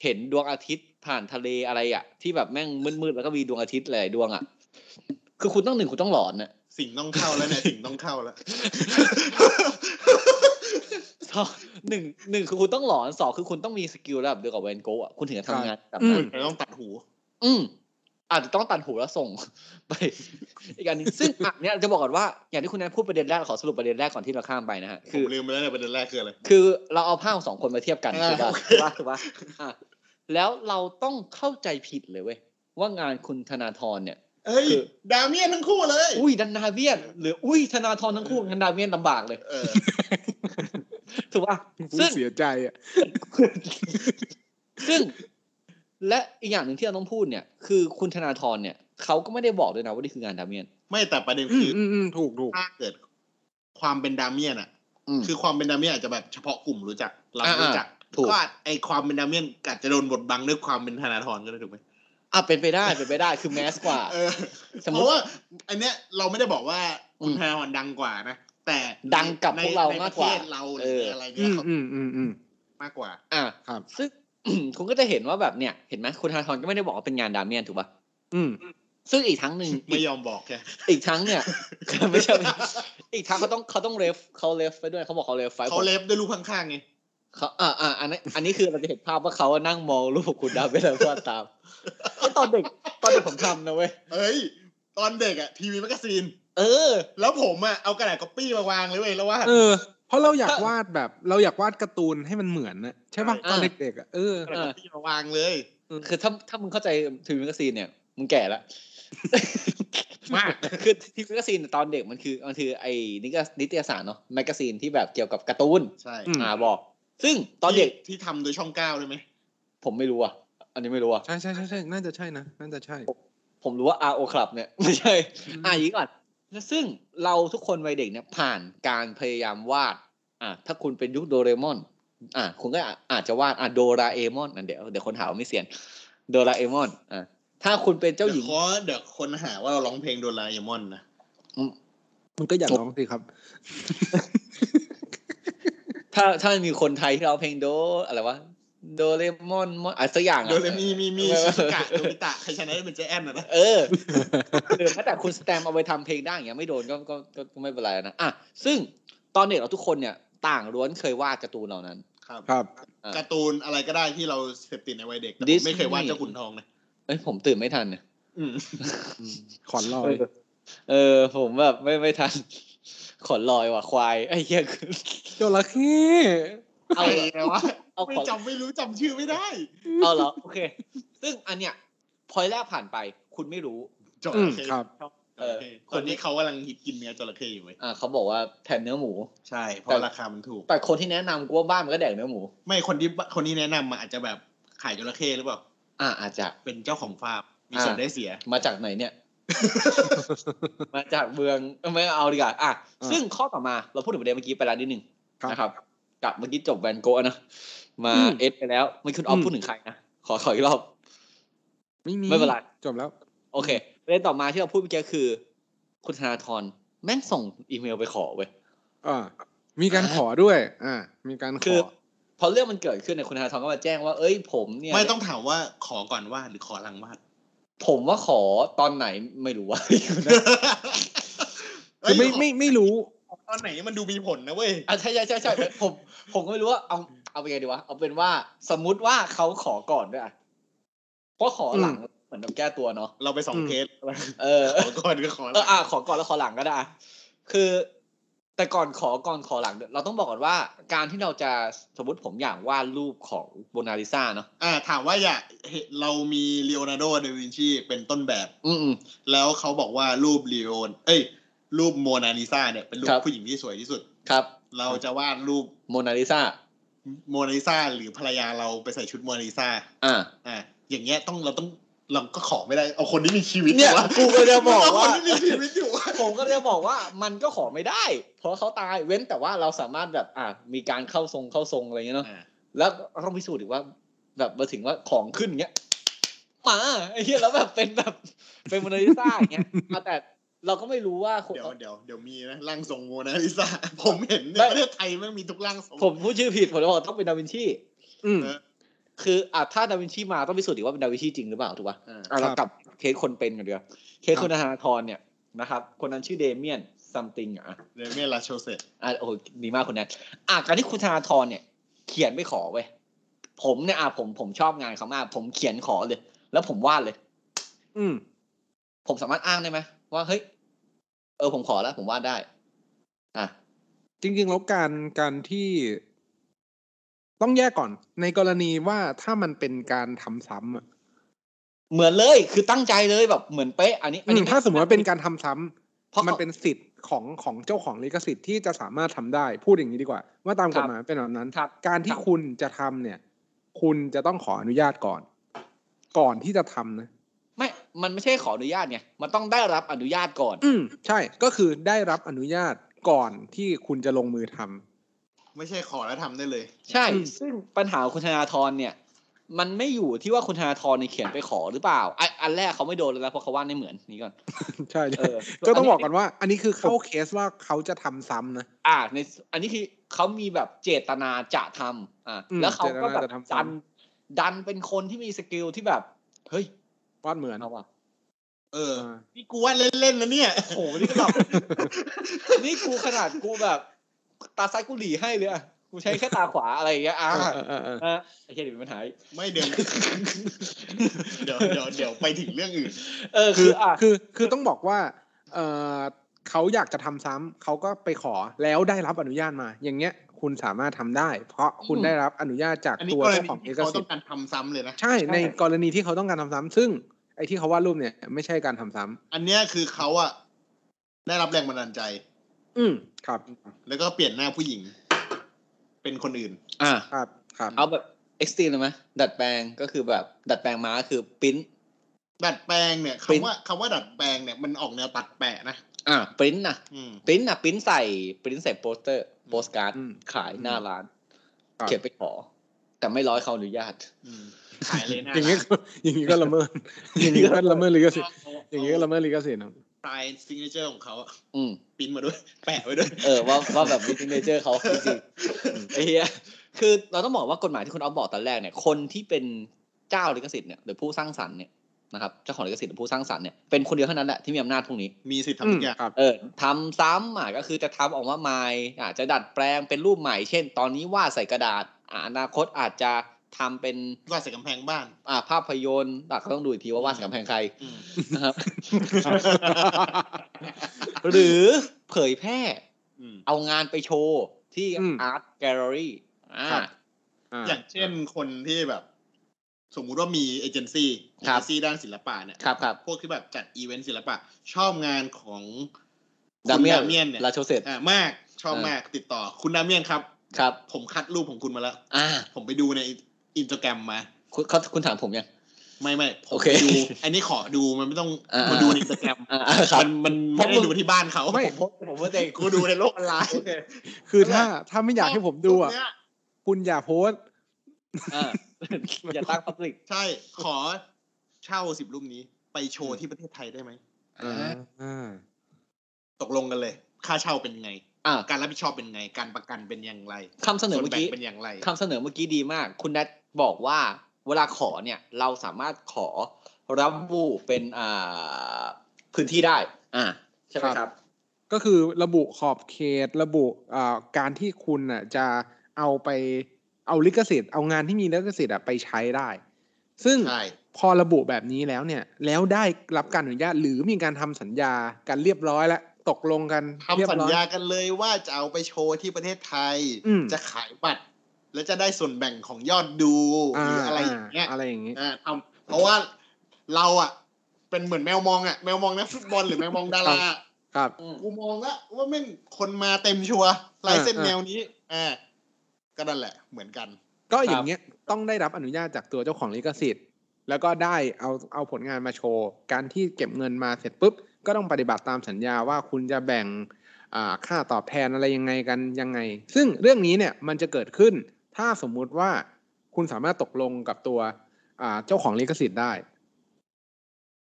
Speaker 2: เห็นดวงอาทิตย์ผ่านทะเลอะไรอ่ะ ที่แบบแม่งมืดๆแล้วก็มีดวงอาทิตย์หลายๆดวงอ่ะคือคุณต้องหนึ่งคุณต้องหลอนน่ะ
Speaker 3: สิ่งต้องเข้าแล้วเนี่ยสิ่งต้องเข้าแล้ว
Speaker 2: สองหนึ่งหนึ่งคือคุณต้องหลอนสองคือคุณต้องมีสกิลระดับเดียวกับแวนโกะอ่ะคุณถึงจะทำงานแบบนั้น
Speaker 3: เราต้องตัดหู
Speaker 2: อืมอาจจะต้องตัดหูแล้วส่ง ไป อีกอันหนึงซึ่งอันเนี้ยจะบอกก่อนว่าอย่างที่คุณแอนพูดประเด็นแรกขอสรุปประเด็นแรกก่อนที่เราข้ามไปนะฮะ
Speaker 3: ผ
Speaker 2: คื
Speaker 3: ม
Speaker 2: อ
Speaker 3: ลืมไปแล้วเนี่ยประเด็นแรกคืออะไร
Speaker 2: คือเราเอาภาพของสองคนมาเทียบกัน
Speaker 3: เออ
Speaker 2: ถูกปะ
Speaker 3: โอเค
Speaker 2: ถูกปะถูกปะอ่ะแล้วเราต้องเข้าใจผิดเลยเว้ยว่างานคุณธนาธรเนี่ย
Speaker 3: เอ้ย
Speaker 2: คือ
Speaker 3: ดาวเมียนทั้งคู่เลย
Speaker 2: อุ้ยดันนาเวียนหรืออุ้ยธนาธรทั้งคู่กันดาเวียนลำบากเลย
Speaker 3: เออ
Speaker 2: ถูกปะ
Speaker 1: กู
Speaker 2: ซึ่ง
Speaker 1: เสียใจอ่ะ
Speaker 2: ซึ่งและอีกอย่างหนึ่งที่เราต้องพูดเนี่ย คือคุณธนาธรเนี่ยเขาก็ไม่ได้บอกด้วยนะว่านี่คืองานดาเมียน
Speaker 3: ไม่แต่ประเด็น
Speaker 1: อื
Speaker 3: คื
Speaker 1: ม
Speaker 3: ออ
Speaker 1: อืมอืมถูกถูก
Speaker 3: ถ้าเกิด ความเป็นดาวเมียนอ่ะ
Speaker 2: อืม
Speaker 3: คือความเป็นดาวเมียนอาจจะแบบเฉพาะกลุ่มรู้จัก เรา
Speaker 2: อ่าๆ
Speaker 3: รู้จัก
Speaker 2: ถูก
Speaker 3: ก็อาจไอความเป็นดาวเมียนอาจจะโดนบดบังด้วยความเป็นธนาธรก็ได้ถูกไหม
Speaker 2: อ่ะเป็นไปได้เป็นไปได้คือแมสกว่า
Speaker 3: เออ
Speaker 2: สม
Speaker 3: เพ
Speaker 2: มติ
Speaker 3: ราะว่าอันเนี้ยเราไม่ได้บอกว่าคุณ
Speaker 2: อืม
Speaker 3: ธนาธรดังกว่านะ แต่
Speaker 2: ดังกับ
Speaker 3: ใน
Speaker 2: พวกเรา
Speaker 3: ใน
Speaker 2: มากกว่า
Speaker 3: ประเทศเราห
Speaker 2: เอ
Speaker 3: รือ ออะไร
Speaker 1: อื
Speaker 3: เงี้ย
Speaker 1: ม
Speaker 3: เขา
Speaker 1: อืมอืมอืม
Speaker 3: มากกว่า
Speaker 2: อ่ะ
Speaker 1: ครับ
Speaker 2: ซึ่ง คุณก็จะเห็นว่าแบบเนี่ยเห็นไหมคุณธนาธรก็ไม่ได้บอกว่าเป็นงานดาเมียนถูกป่ะ
Speaker 1: อืม
Speaker 2: ซึ่งอีกทั้งหนึ่งอี
Speaker 3: ไม่
Speaker 2: ก
Speaker 3: ยอมบอกแค่
Speaker 2: อีกทั้งเนี่ย ไม่ใช่อีกทั้งเขาต้องเขาต้องเรฟเขาเรฟไปด้วยเขาบอกเขาเรฟไฟ
Speaker 3: เขาเล็บด้วยรูปข้างๆไง
Speaker 2: เขาอ่าอ่าอันนี้นอันนี้คือเราจะเห็นภาพว่าเขานั่งมองรูปของคุณดาเมียนแล้วก็ ตามไอ้ตอนเด็กตอนเด็กผมทำนะเว้ย
Speaker 3: เอ้ย ตอนเด็กอะทีวีแมกกาซีน
Speaker 2: เออ
Speaker 3: แล้วผมอะเอากระดาษก๊อปปี้มาวางเลยเว้ยแล้วว่าด
Speaker 1: เออ เพราะเราอยากวาดแบบ เราอยากวาดการ์ตูนให้มันเหมือนนะใช่ป่ะ
Speaker 2: อ่า
Speaker 1: ตอนเด็กๆอ่ะเออ
Speaker 3: กระดาษก๊อปปี้มาวางเลย
Speaker 2: คือถ้าถ้ามึงเข้าใจทีวีแมกกาซีนเนี่ยมึงแก่ แล้ว
Speaker 3: มาก
Speaker 2: คือทีวีแมกกาซีนตอนเด็กมันคือมันคือไอ้นิกนิตยสารเนาะแมกกาซีนที่แบบเกี่ยวกับการ์ตูน
Speaker 3: ใช่
Speaker 1: อืม
Speaker 2: อ่าบอก ซึ่งตอนเด็ก
Speaker 3: ที่ที่ทำโดยช่องเก้าเลยไหม
Speaker 2: ผมไม่รู้อ่ะ อันนี้ไม่รู้อ่ะ
Speaker 1: ใช่ใช่ใช่ใช่น่าจะใช่นะน่าจะใช่
Speaker 2: ผมรู้ว่า RO Club เนี่ย ไม่ใช่
Speaker 1: อืม
Speaker 2: อ่ะอย่างนี้ก่อนแล้วซึ่งเราทุกคนวัยเด็กเนี่ยผ่านการพยายามวาด อ่ะถ้าคุณเป็นยุคโดเรมอน อ่ะคุณก็อาอาจจะวาดอ่ะโดราเอมอนนั่นเดี๋ยวเดี๋ยวคนหาว่าไม่เสียนโดราเอมอนอ่ะถ้าคุณเป็นเจ้าหญิง
Speaker 3: ดี๋ยวขอเดี๋ยวคนหาว่าเราร้องเพลงโดราเอมอนนะ
Speaker 1: มันก็อยากร้องสิครับ
Speaker 2: ถ้าถ้ามีคนไทยที่เราเพลงโดอะไรวะโดเรมอนมอนอะไรสักอย่างอะ
Speaker 3: โดเรมีมีมี
Speaker 2: เออ
Speaker 3: ชิซุกะโดมิตะใครชนะได้เป็นเจแอนนะนะ
Speaker 2: เออหรือแม้แต่คุณสแตมเอาไปทำเพลงได้อย่างเงี้ยไม่โดนก็ก็ก็ก็ไม่เป็นไรนะอ่ะซึ่งตอนเด็กเราทุกคนเนี่ยต่างล้วนเคยวาดการ์ตูนเหล่านั้น
Speaker 3: ครับ
Speaker 1: ครับ
Speaker 3: การ์ตูนอะไรก็ได้ที่เราเสพติดในวัยเด็กแต่ผม
Speaker 2: Disney
Speaker 3: ไม่เคยวาดเจ้าขุนทองนะ
Speaker 2: เอ้ยผมตื่นไม่ทันเนี่ย
Speaker 3: อืม
Speaker 1: ขอนลอย
Speaker 2: เออ ผมแบบไม่ไม่ทัน ขอลอยว่ะควายไอ้เหี้ย คือ
Speaker 1: จระเข้
Speaker 2: เอา
Speaker 3: ใครนะวะ
Speaker 2: เอา
Speaker 3: ไม่
Speaker 2: ขอ
Speaker 3: จำไม่รู้จำชื่อไม่ได้
Speaker 2: เอาเหรอโอเค ซึ่งอันเนี้ยพอยแรกผ่านไป คุณไม่รู้
Speaker 3: จ
Speaker 1: อืม
Speaker 3: ระเข้
Speaker 1: ครับ
Speaker 3: จระเข้
Speaker 2: เออ
Speaker 3: ตอนนี้เขากำลังฮิตกินเนื้อจระเข้อยู่เว้ย
Speaker 2: อ่าเขาบอกว่าแทนเนื้อหมู
Speaker 3: ใช่เพราะราคามันถูก
Speaker 2: แต่คนที่แนะนำกูว่าบ้านมันก็แดกเนื้อหมู
Speaker 3: ไม่คนที่คนที่แนะนำมาอาจจะแบบขายจระเข้หรือเปล่า
Speaker 2: อ่าอาจจะ
Speaker 3: เป็นเจ้าของฟาร์มมี
Speaker 2: อ่า
Speaker 3: ส่วนได้เสีย
Speaker 2: มาจากไหนเนี่ย มาจากเมืองเอ้ยไม่เอาดีกว่าอ่ะ
Speaker 1: อ่า
Speaker 2: ซึ่งข้อต่อมาเราพูดถึงประเด็นเมื่อกี้ไปแล้วนิดนึง
Speaker 1: ครับ
Speaker 2: นะครับกลับเมื่อกี้จบแวนโกะนะมา
Speaker 1: อืม
Speaker 2: เอสไปแล้วไม่คุณออฟ
Speaker 1: อืม
Speaker 2: พูดถึงใครนะขอขออีกรอบ
Speaker 1: ไม่มี
Speaker 2: ไม่เป็นไร
Speaker 1: จบแล้ว
Speaker 2: โอเคประเด็นต่อมาที่เราพูดเมื่อกี้คือ คุณธนาธรแม่งส่งอีเมลไปขอเว้ย
Speaker 1: อ่า มีการขอด้วย อ่า มีการข
Speaker 2: คือ อพอเรื่องมันเกิดขึ้นเนี่ยคุณธนาธรก็มาแจ้งว่าเอ้ยผมเนี่ย
Speaker 3: ไม่ต้องถามว่าขอก่อนวาดหรือขอหลังวาด
Speaker 2: ผมว่าขอตอนไหนไม่รู้ว่า
Speaker 1: คือไม่
Speaker 3: เอ้ย
Speaker 1: ไม่ไม่รู้
Speaker 3: ขอตอนไหนมันดูมีผลนะเว้ย
Speaker 2: อ่ะใช่ใช่ใช่ใช่ผมผมก็ไม่รู้ว่าเอาเอาไปไงดีวะเอาเป็นว่าสมมุติว่าเขาขอก่อนด้วยอะเพราะขอหลังเหมือนกับแก้ตัวเนาะ
Speaker 3: เราไปสอง
Speaker 1: อืม
Speaker 3: เทส
Speaker 2: เออ
Speaker 3: ขอก่อนก็ขอห
Speaker 2: เอ
Speaker 3: ลั
Speaker 2: ออ่ะขอก่อนแล้วขอหลังก็ได้อะคือ แต่ก่อนขอก่อนขอหลังเนี่ยเราต้องบอกก่อนว่า การที่เราจะสมมติผมอยากวาดรูปของโมนาลิซาเนาะ
Speaker 3: อ่าถามว่าอยากเห็นเรามีเลโอนาร์โดเดวินชีเป็นต้นแบบ
Speaker 2: อืมอืม
Speaker 3: แล้วเขาบอกว่ารูปเลโอนเอ้ย รูปโมนาลิซาเนี่ยเป็นรู
Speaker 2: ค
Speaker 3: ป
Speaker 2: รับ
Speaker 3: ผู้หญิงที่สวยที่สุด
Speaker 2: ครับ
Speaker 3: เราจะวาดรูป
Speaker 2: โมนาลิซา
Speaker 3: โมนาลิซาหรือภรรยาเราไปใส่ชุดโมนาลิซา
Speaker 2: อ่า
Speaker 3: อ่าอย่างเงี้ยต้องเราต้องเราก็ขอไม่ได้เอาคนที่มีชีวิต
Speaker 2: เนี่ย
Speaker 3: อวะ
Speaker 2: กูก็จะบอก
Speaker 3: เอค
Speaker 2: ว่า
Speaker 3: นที่มีชีวิตอยู่อะ
Speaker 2: ผมก็จะบอกว่ามันก็ขอไม่ได้ เพราะเขาตายเว้นแต่ว่าเราสามารถแบบอ่ะมีการเข้าทรงเข้าทรงอะไรอย่างเงี้ยเนาะ
Speaker 3: อ่ะ
Speaker 2: แล้วต้องพิสูจน์อีกว่า แบบมาถึงว่าของขึ้นเงี้ยมาไอ้เหี้ยแล้วแบบเป็นแบบเป็นโมนาลิซาอย่างเงี้ยอ่ะแต่เราก็ไม่รู้ว่าคน
Speaker 3: เดี๋ยวเดี๋ยวเดี๋ยวมีนะร่างทรงโมนาลิซาผมเห็นใน
Speaker 2: ได้
Speaker 3: ประเทศไทยแมันมีทุกร่างทรง
Speaker 2: ผมพูดชื่อผิดผมจะบอกต้องเป็นดาวินชี
Speaker 1: อืม
Speaker 2: คืออ่ะถ้าดาวินชีมาต้องพิสูจน์อีกว่าเป็นดาวินชีจริงหรือเปล่าถูกป่ะ
Speaker 3: อ่า
Speaker 2: อ่ะเรา
Speaker 1: ครับ
Speaker 2: กลับเคสคนเป็นกันเดียวาเคสคนธนาธรเนี่ยนะครับคนนั้นชื่อเดเมียนซัมติงอ่ะ
Speaker 3: เดเมียนลาโชเซต
Speaker 2: อ่ะโอ้โหดีมากคนนั้นอ่ะการที่คุณธนาธรเนี่ย เขียนไปขอเว้ยผมเนี่ยอ่ะผมผมชอบงานเขามาก ผมเขียนขอเลย แล้วผมวาดเลย
Speaker 1: อืม
Speaker 2: ผมสามารถอ้างได้ไหมว่าเฮ้ยเออผมขอแล้ว ผมวาดได้ อ่ะ
Speaker 1: จริง ๆ แล้วการการที่ ต้องแยกก่อน ในกรณีว่าถ้ามันเป็นการทำซ้ำอะ
Speaker 2: เหมือนเลยคือตั้งใจเลยแบบเหมือนเป๊ะอันนี้อั
Speaker 1: อื
Speaker 2: น
Speaker 1: ม
Speaker 2: นี้
Speaker 1: ถ้าสมมติว่าเป็นการทำซ้ำ
Speaker 2: เพราะ
Speaker 1: มัน
Speaker 2: เขา
Speaker 1: เป็นสิทธิ์ของของเจ้าของลิขสิทธิ์ที่จะสามารถทำได้ พูดอย่างนี้ดีกว่า ว่าตาม
Speaker 2: ค
Speaker 1: ก
Speaker 2: รับ
Speaker 1: ฎหมายเป็นแบบนั้น
Speaker 2: ครับ
Speaker 1: การที่
Speaker 2: ครับ
Speaker 1: คุณจะทำเนี่ย คุณจะต้องขออนุญาตก่อน ก่อนที่จะทำนะ
Speaker 2: ไม่ มันไม่ใช่ขออนุญาตไงมันต้องได้รับอนุญาตก่อน
Speaker 1: อืมใช่ก็คือได้รับอนุญาตก่อนที่คุณจะลงมือทำ
Speaker 3: ไม่ใช่ขอแล้วทำได้เลย
Speaker 2: ใช่
Speaker 1: อืม
Speaker 2: ซึ่งปัญหาของคุณธนาธรเนี่ย มันไม่อยู่ที่ว่าคุณธนาธรเนี่ยเขียนไปขอหรือเปล่าอ่ะอันแรกเขาไม่โดนแล้วนะเพราะเขาวาดไม่เหมือนนี่ก่อน
Speaker 1: ใช่ใช่
Speaker 2: เออ
Speaker 1: ก็ต้องบอกก่อนว่า อันนี้คือเข้าเคสว่าเขาจะทำซ้ำนะ
Speaker 2: อ่าในอันนี้คือเขามีแบบเจตนาจะทำอ่า
Speaker 1: อืม
Speaker 2: แล้วเขาก็แบ
Speaker 1: เจตนา
Speaker 2: บ
Speaker 1: จะทำ
Speaker 2: ดัน ดันเป็นคนที่มีสกิลที่แบบ เฮ้ยว
Speaker 1: าดเหมือน
Speaker 2: เอาว่ะ
Speaker 3: เออ
Speaker 1: เออ
Speaker 3: นี่กูว่าเล่นๆนะเนี่ย
Speaker 2: โอ้โหนี่ก็แบบ นี่กูขนาดกูแบบ ตาซ้ายกูหลีให้เลยอ่ะกูใช้แค่ตาขวาอะไรอย่างเงี้ยอ่า
Speaker 1: เออเออเออ
Speaker 2: อ่ะไอ้เหี้ยเดี๋ยวมีปัญหาอีก
Speaker 3: ไม่เดี๋ยว เดี๋ยวเดี๋ยวเดี๋ยวไปถึงเรื่องอื่น
Speaker 2: เออ
Speaker 1: คื
Speaker 2: คือ ออ่ะ
Speaker 1: คือคือต้องบอกว่าเออเขาอยากจะทำซ้ำเขาก็ไปขอแล้วได้รับอนุญาตมา อย่างเงี้ย คุณสามารถทำได้ เพราะคุณได้รับอนุญาตจาก
Speaker 3: อันนี้
Speaker 1: ตัว
Speaker 3: กร
Speaker 1: เจ้า
Speaker 3: ณี
Speaker 1: ของเอ
Speaker 3: ที่
Speaker 1: ก
Speaker 3: เขา
Speaker 1: สิท
Speaker 3: ต้อง
Speaker 1: ธิ์
Speaker 3: การทำซ้ำเลยนะ
Speaker 1: ใช่ในกรณีที่เขาต้องการทำซ้ำซึ่งไอ้ที่เขาวาดรูปเนี่ย ไม่ใช่การทำซ้ำ
Speaker 3: อันเนี้ยคือเขาอะได้รับแรงบันดาลใจ
Speaker 1: อืมครับ
Speaker 3: แล้วก็เปลี่ยนหน้าผู้หญิง เป็นคนอื่น
Speaker 2: อ่ะ
Speaker 1: ครับครับ
Speaker 2: เอาแบบเอ็กซ์ตรีมเลยไหมดัดแปลงก็คือแบบ ดัดแปลงม้าคือปริ้น
Speaker 3: ดัดแปลงเนี่ย
Speaker 2: เป็น
Speaker 3: คำว่าคำว่าดัดแปลงเนี่ยมันออกแนวตัดแปะนะ
Speaker 2: อ่ะปริ้นน่ะ
Speaker 3: อืม
Speaker 2: ปริ้นอะปริ้นใส่ปริ้นใส่โปสเตอร์โปสการ์ด
Speaker 1: อืม
Speaker 2: ขายหน้าร้าน
Speaker 1: ครับ
Speaker 2: เขียนไปขอ แต่ไม่ร้อยเขาอนุญาต
Speaker 3: อืมขายเลยหนะ
Speaker 1: อย่างเงี้ยก็อย่างงี้ก็ละเมิดอย่างงี้ก็ละเมิดลิขสิทธิ์อย่างงี้ก็ละเมิดลิขสิทธิ์ครับ
Speaker 3: สไตล์ซิงเกิลของเขาอะ
Speaker 2: อืม
Speaker 3: ปริ้นมาด้วย แปะไว้ด้วย
Speaker 2: เออว่าว่าแบบมีเนเจอร์เขาจริงๆไอ้เหี้ยคือเราต้องบอกว่ากฎหมายที่คุณออฟบอกตอนแรกเนี่ย คนที่เป็นเจ้าลิขสิทธิ์เนี่ยหรือผู้สร้างสรรค์เนี่ยนะครับเจ้าของลิขสิทธิ์หรือผู้สร้างสรรค์เนี่ยเป็นคนเดียวเท่านั้นแหละที่มีอำนาจพวกนี้
Speaker 3: มีสิทธิ์ทำทุกอย่าง
Speaker 1: ครับ
Speaker 2: เออทำซ้ำอ่ะก็คือจะทำออกมาใหม่อาจจะดัดแปลงเป็นรูปใหม่ เช่น ตอนนี้วาดใส่กระดาษ อ่ะอนาคตอาจจะทำเป็น
Speaker 3: วาดใส่กำแพงบ้าน
Speaker 2: อ่ะภาพยนตร์อ่ะก็ต้องดูอีกทีว่าวาดสังกำแพงใคร
Speaker 3: อืม
Speaker 2: นะครับ หรือเผยแพร่
Speaker 3: อืม
Speaker 2: เอางานไปโชว์ที่
Speaker 1: อืม
Speaker 2: อาร์ตแกลเลอรี่อ่า
Speaker 1: ครับ อ่า
Speaker 3: อย่างเช่นคนที่แบบ สมมุติว่ามีเอเจนซี่เอ
Speaker 2: ครั
Speaker 3: เจ
Speaker 2: บ
Speaker 3: นซี่ด้านศิลปะเนี่ย
Speaker 2: ครับครับ
Speaker 3: พวกที่แบบจัดอีเวนต์ศิลปะ ชอบงานของ
Speaker 2: ดา
Speaker 3: คุณ
Speaker 2: เมีย
Speaker 3: ดาเมียน
Speaker 2: น
Speaker 3: เนี่ย
Speaker 2: ลาโชเซต
Speaker 3: อ่ามากชอบ
Speaker 2: เออ
Speaker 3: มากติดต่อคุณดาเมียนครับ
Speaker 2: ครับ
Speaker 3: ผมคัดรูปของคุณมาแล้ว
Speaker 2: อ่า
Speaker 3: ผมไปดูในอินสตาแกรมมา
Speaker 2: คุณเขาคุณถามผมยัง
Speaker 3: ไม่ไม่ผม
Speaker 2: โอเค
Speaker 3: ไปดู อันนี้ขอดูมันไม่ต้อง
Speaker 2: อ่า
Speaker 3: มาดูในอินสตาแกรม
Speaker 2: อ่าอ่าครับ
Speaker 3: มันมันไม่ได้ดูที่บ้านเขา
Speaker 1: ไม่
Speaker 3: ผมผมว่าเด็กกูดูในโลกออนไลน์
Speaker 1: คือถ้าถ้าไม่อยากให้ผมดูอ่ะ
Speaker 3: รูปเนี้ย
Speaker 1: คุณอย่าโพสต์
Speaker 2: อ่า อย่าตั้งพับลิก
Speaker 3: ใช่ ขอเช่าสิบรูปนี้ ไปโชว์ที่ประเทศไทยได้ไหม
Speaker 1: อ่า
Speaker 3: ตกลงกันเลย ค่าเช่าเป็นยังไง
Speaker 2: อ่า
Speaker 3: การรับผิดชอบเป็นยังไง การประกันเป็นอย่างไร
Speaker 2: คำเสนอ
Speaker 3: ส่วน
Speaker 2: เมื่อ
Speaker 3: แบ่ง
Speaker 2: กี้
Speaker 3: เป็นอย่างไร
Speaker 2: คำเสนอเมื่อกี้ดีมาก คุณแนทบอกว่าเวลาขอเนี่ย เราสามารถขอรับบูเป็นอ่าพื้นที่ได้ อ่า ใช่ไหม
Speaker 1: ค
Speaker 2: ค
Speaker 1: รั
Speaker 2: รับ บ
Speaker 1: ก็คือระบุขอบเขตระบุอ่าการที่คุณอ่ะจะเอาไปเอาลิขสิทธิ์เอางานที่มีลิขสิทธิ์อ่ะไปใช้ได้ ซึ่ง
Speaker 3: ใช่
Speaker 1: พอระบุแบบนี้แล้วเนี่ย แล้วได้รับการอนุญาตหรือมีการทำสัญญากันเรียบร้อยแล้วตกลงกันเรียบ
Speaker 3: ทำสัญ
Speaker 1: ร้อย
Speaker 3: ญากันเลยว่าจะเอาไปโชว์ที่ประเทศไทย
Speaker 1: อืม
Speaker 3: จะขายบัตร แล้วจะได้ส่วนแบ่งของยอดดู หรืออะไรอย่างเงี้ย
Speaker 1: อะไรอย่างเงี้ย
Speaker 3: อ่าทำเพราะว่าเราอ่ะ เป็นเหมือนแมวมองอ่ะ แมวมองนักฟุตบอลหรือแมวมองดาราอะ
Speaker 1: ครับ
Speaker 3: กูมองละว่าแม่งคนมาเต็มชัวร์ลายเส้น
Speaker 1: อ่า
Speaker 3: แนวนี้อ่าก็นั่นแหละเหมือนกัน
Speaker 1: ก็อย่างเงี้ยต้องได้รับอนุญาตจากตัวเจ้าของลิขสิทธิ์ แล้วก็ได้เอาเอาผลงานมาโชว์ การที่เก็บเงินมาเสร็จปุ๊บ ก็ต้องปฏิบัติตามสัญญาว่าคุณจะแบ่งอ่าค่าตอบแทนอะไรยังไงกันยังไง ซึ่งเรื่องนี้เนี่ยมันจะเกิดขึ้น ถ้าสมมุติว่าคุณสามารถตกลงกับตัวอ่าเจ้าของลิขสิทธิ์ได้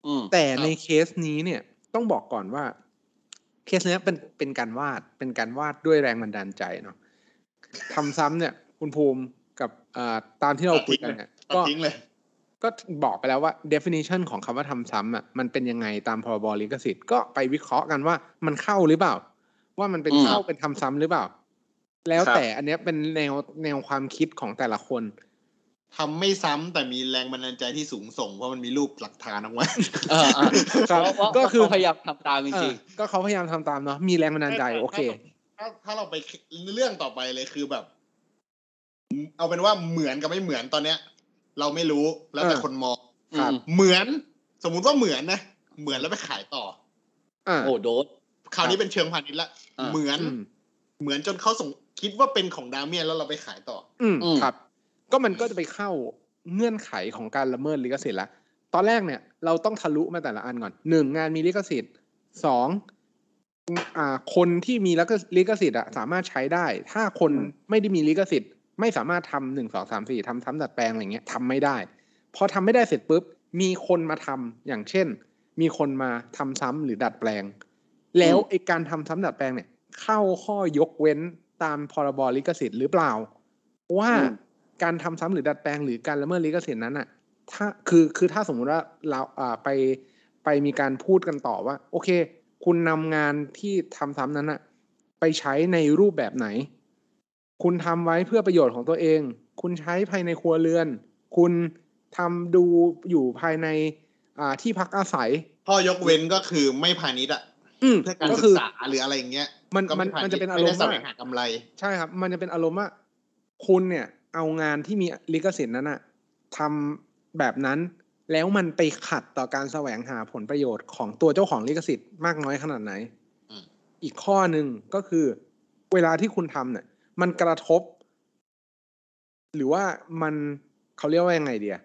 Speaker 2: อืม
Speaker 1: แต่
Speaker 3: ครับ
Speaker 1: ในเคสนี้เนี่ยต้องบอกก่อนว่า เคสเนี้ยเป็นเป็นการวาดเป็นการวาดด้วยแรงบันดาลใจเนาะทำซ้ำเนี่ย คุณภูมิกับอ่าตามที่เราคุยกันเนี่ย
Speaker 3: ตัด
Speaker 1: ก็
Speaker 3: ทิ้งเลย
Speaker 1: ก็บอกไปแล้วว่า definition ของคำว่าทำซ้ำอ่ะมันเป็นยังไงตามพรบลิขสิทธิ์ก็ไปวิเคราะห์กันว่ามันเข้าหรือเปล่า ว่ามันเป็น
Speaker 2: อืม
Speaker 1: เข้าเป็นทำซ้ำหรือเปล่า แล้ว
Speaker 2: ครับ
Speaker 1: แต่อันเนี้ยเป็นแนวแนวความคิดของแต่ละคน
Speaker 3: ทำไม่ซ้ำแต่มีแรงบันดาลใจที่สูงส่งเพราะมันมีรูปหลักฐานออกมา
Speaker 2: เอออ่ะ
Speaker 1: ครับ
Speaker 2: เพราะ
Speaker 1: ก็
Speaker 2: ก็
Speaker 1: คื
Speaker 2: คือ อพยายามทำตามจ
Speaker 1: เอ
Speaker 2: ริ
Speaker 1: อง ก็เขาพยายามทำตามเนาะมีแรงบันดาลใจ
Speaker 3: ไม่ไม่
Speaker 1: โอเค
Speaker 3: ถ้าถ้าเราไปเรื่องต่อไปเลยคือแบบ เอาเป็นว่าเหมือนกับไม่เหมือนตอนเนี้ย เราไม่รู้แล้วแต่
Speaker 1: อ่า
Speaker 3: คนมอง
Speaker 2: ๆ
Speaker 1: ครับ
Speaker 2: อืม
Speaker 3: เหมือน สมมุติว่าเหมือนนะเหมือนแล้วไปขายต่อ
Speaker 1: อ่า
Speaker 2: โอ้โดด
Speaker 3: คราวนี้เป็นเชิงพาณิชย์ละ
Speaker 2: อ่า
Speaker 3: เหมือน
Speaker 1: อืม
Speaker 3: เหมือนจนเขาส่งคิดว่าเป็นของดาเมียนแล้วเราไปขายต่อ
Speaker 1: อืม
Speaker 2: อืม
Speaker 1: ครับ ก็มันก็จะไปเข้าเงื่อนไขของการละเมิดลิขสิทธิ์ละตอนแรกเนี่ยเราต้องทะลุมาแต่ละอันก่อนหนึ่งงานมีลิขสิทธิ์สอง อ่าคนที่มีลิขลิขสิทธิ์อะสามารถใช้ได้ ถ้าคนไม่ได้มีลิขสิทธิ์ ไม่สามารถทำหนึ่งสองสามสี่ทำซ้ำดัดแปลงอะไรเงี้ยทำไม่ได้ พอทำไม่ได้เสร็จปุ๊บ มีคนมาทำอย่างเช่น มีคนมาทำซ้ำหรือดัดแปลง แล้วไอการทำซ้ำดัดแปลงเนี่ย เข้าข้อยกเว้นตามพรบลิขสิทธิ์หรือเปล่า ว่า
Speaker 2: อืม
Speaker 1: การทำซ้ำหรือดัดแปลง หรือการละเมิดลิขสิทธิ์นั้นอะถ้าคือคือถ้าสมมุติว่าเราอ่าไป ไปมีการพูดกันต่อว่า โอเค คุณนำงานที่ทำซ้ำนั้นอะไปใช้ในรูปแบบไหน คุณทำไว้เพื่อประโยชน์ของตัวเอง คุณใช้ภายในครัวเรือน คุณทำดูอยู่ภายในอ่าที่พักอาศัย
Speaker 3: ข้อยกเว้นก็คือไม่พาณิชย์อะ
Speaker 1: อืม
Speaker 3: เพื่อการ
Speaker 1: ก็
Speaker 3: ศึ
Speaker 1: คื
Speaker 3: ก
Speaker 1: อ
Speaker 3: ษาหรืออะไรอย่างเงี้ย
Speaker 1: มัน
Speaker 3: ก็
Speaker 1: มัน
Speaker 3: ไพณิชย์
Speaker 1: มันจะเป็นอารมณ์
Speaker 3: ไม่ได้แสว
Speaker 1: ว่า
Speaker 3: งหากำไร
Speaker 1: ใช่ครับ มันจะเป็นอารมณ์ว่าคุณเนี่ย เอางานที่มีลิขสิทธิ์นั้นอะทำแบบนั้น แล้วมันไปขัดต่อการแสวงหาผลประโยชน์ของตัวเจ้าของลิขสิทธิ์มากน้อยขนาดไหน
Speaker 3: อืม
Speaker 1: อีกข้อหนึ่งก็คือ เวลาที่คุณทำเนี่ย มันกระทบ หรือว่ามันเขาเรียกว่ายังไงเดีย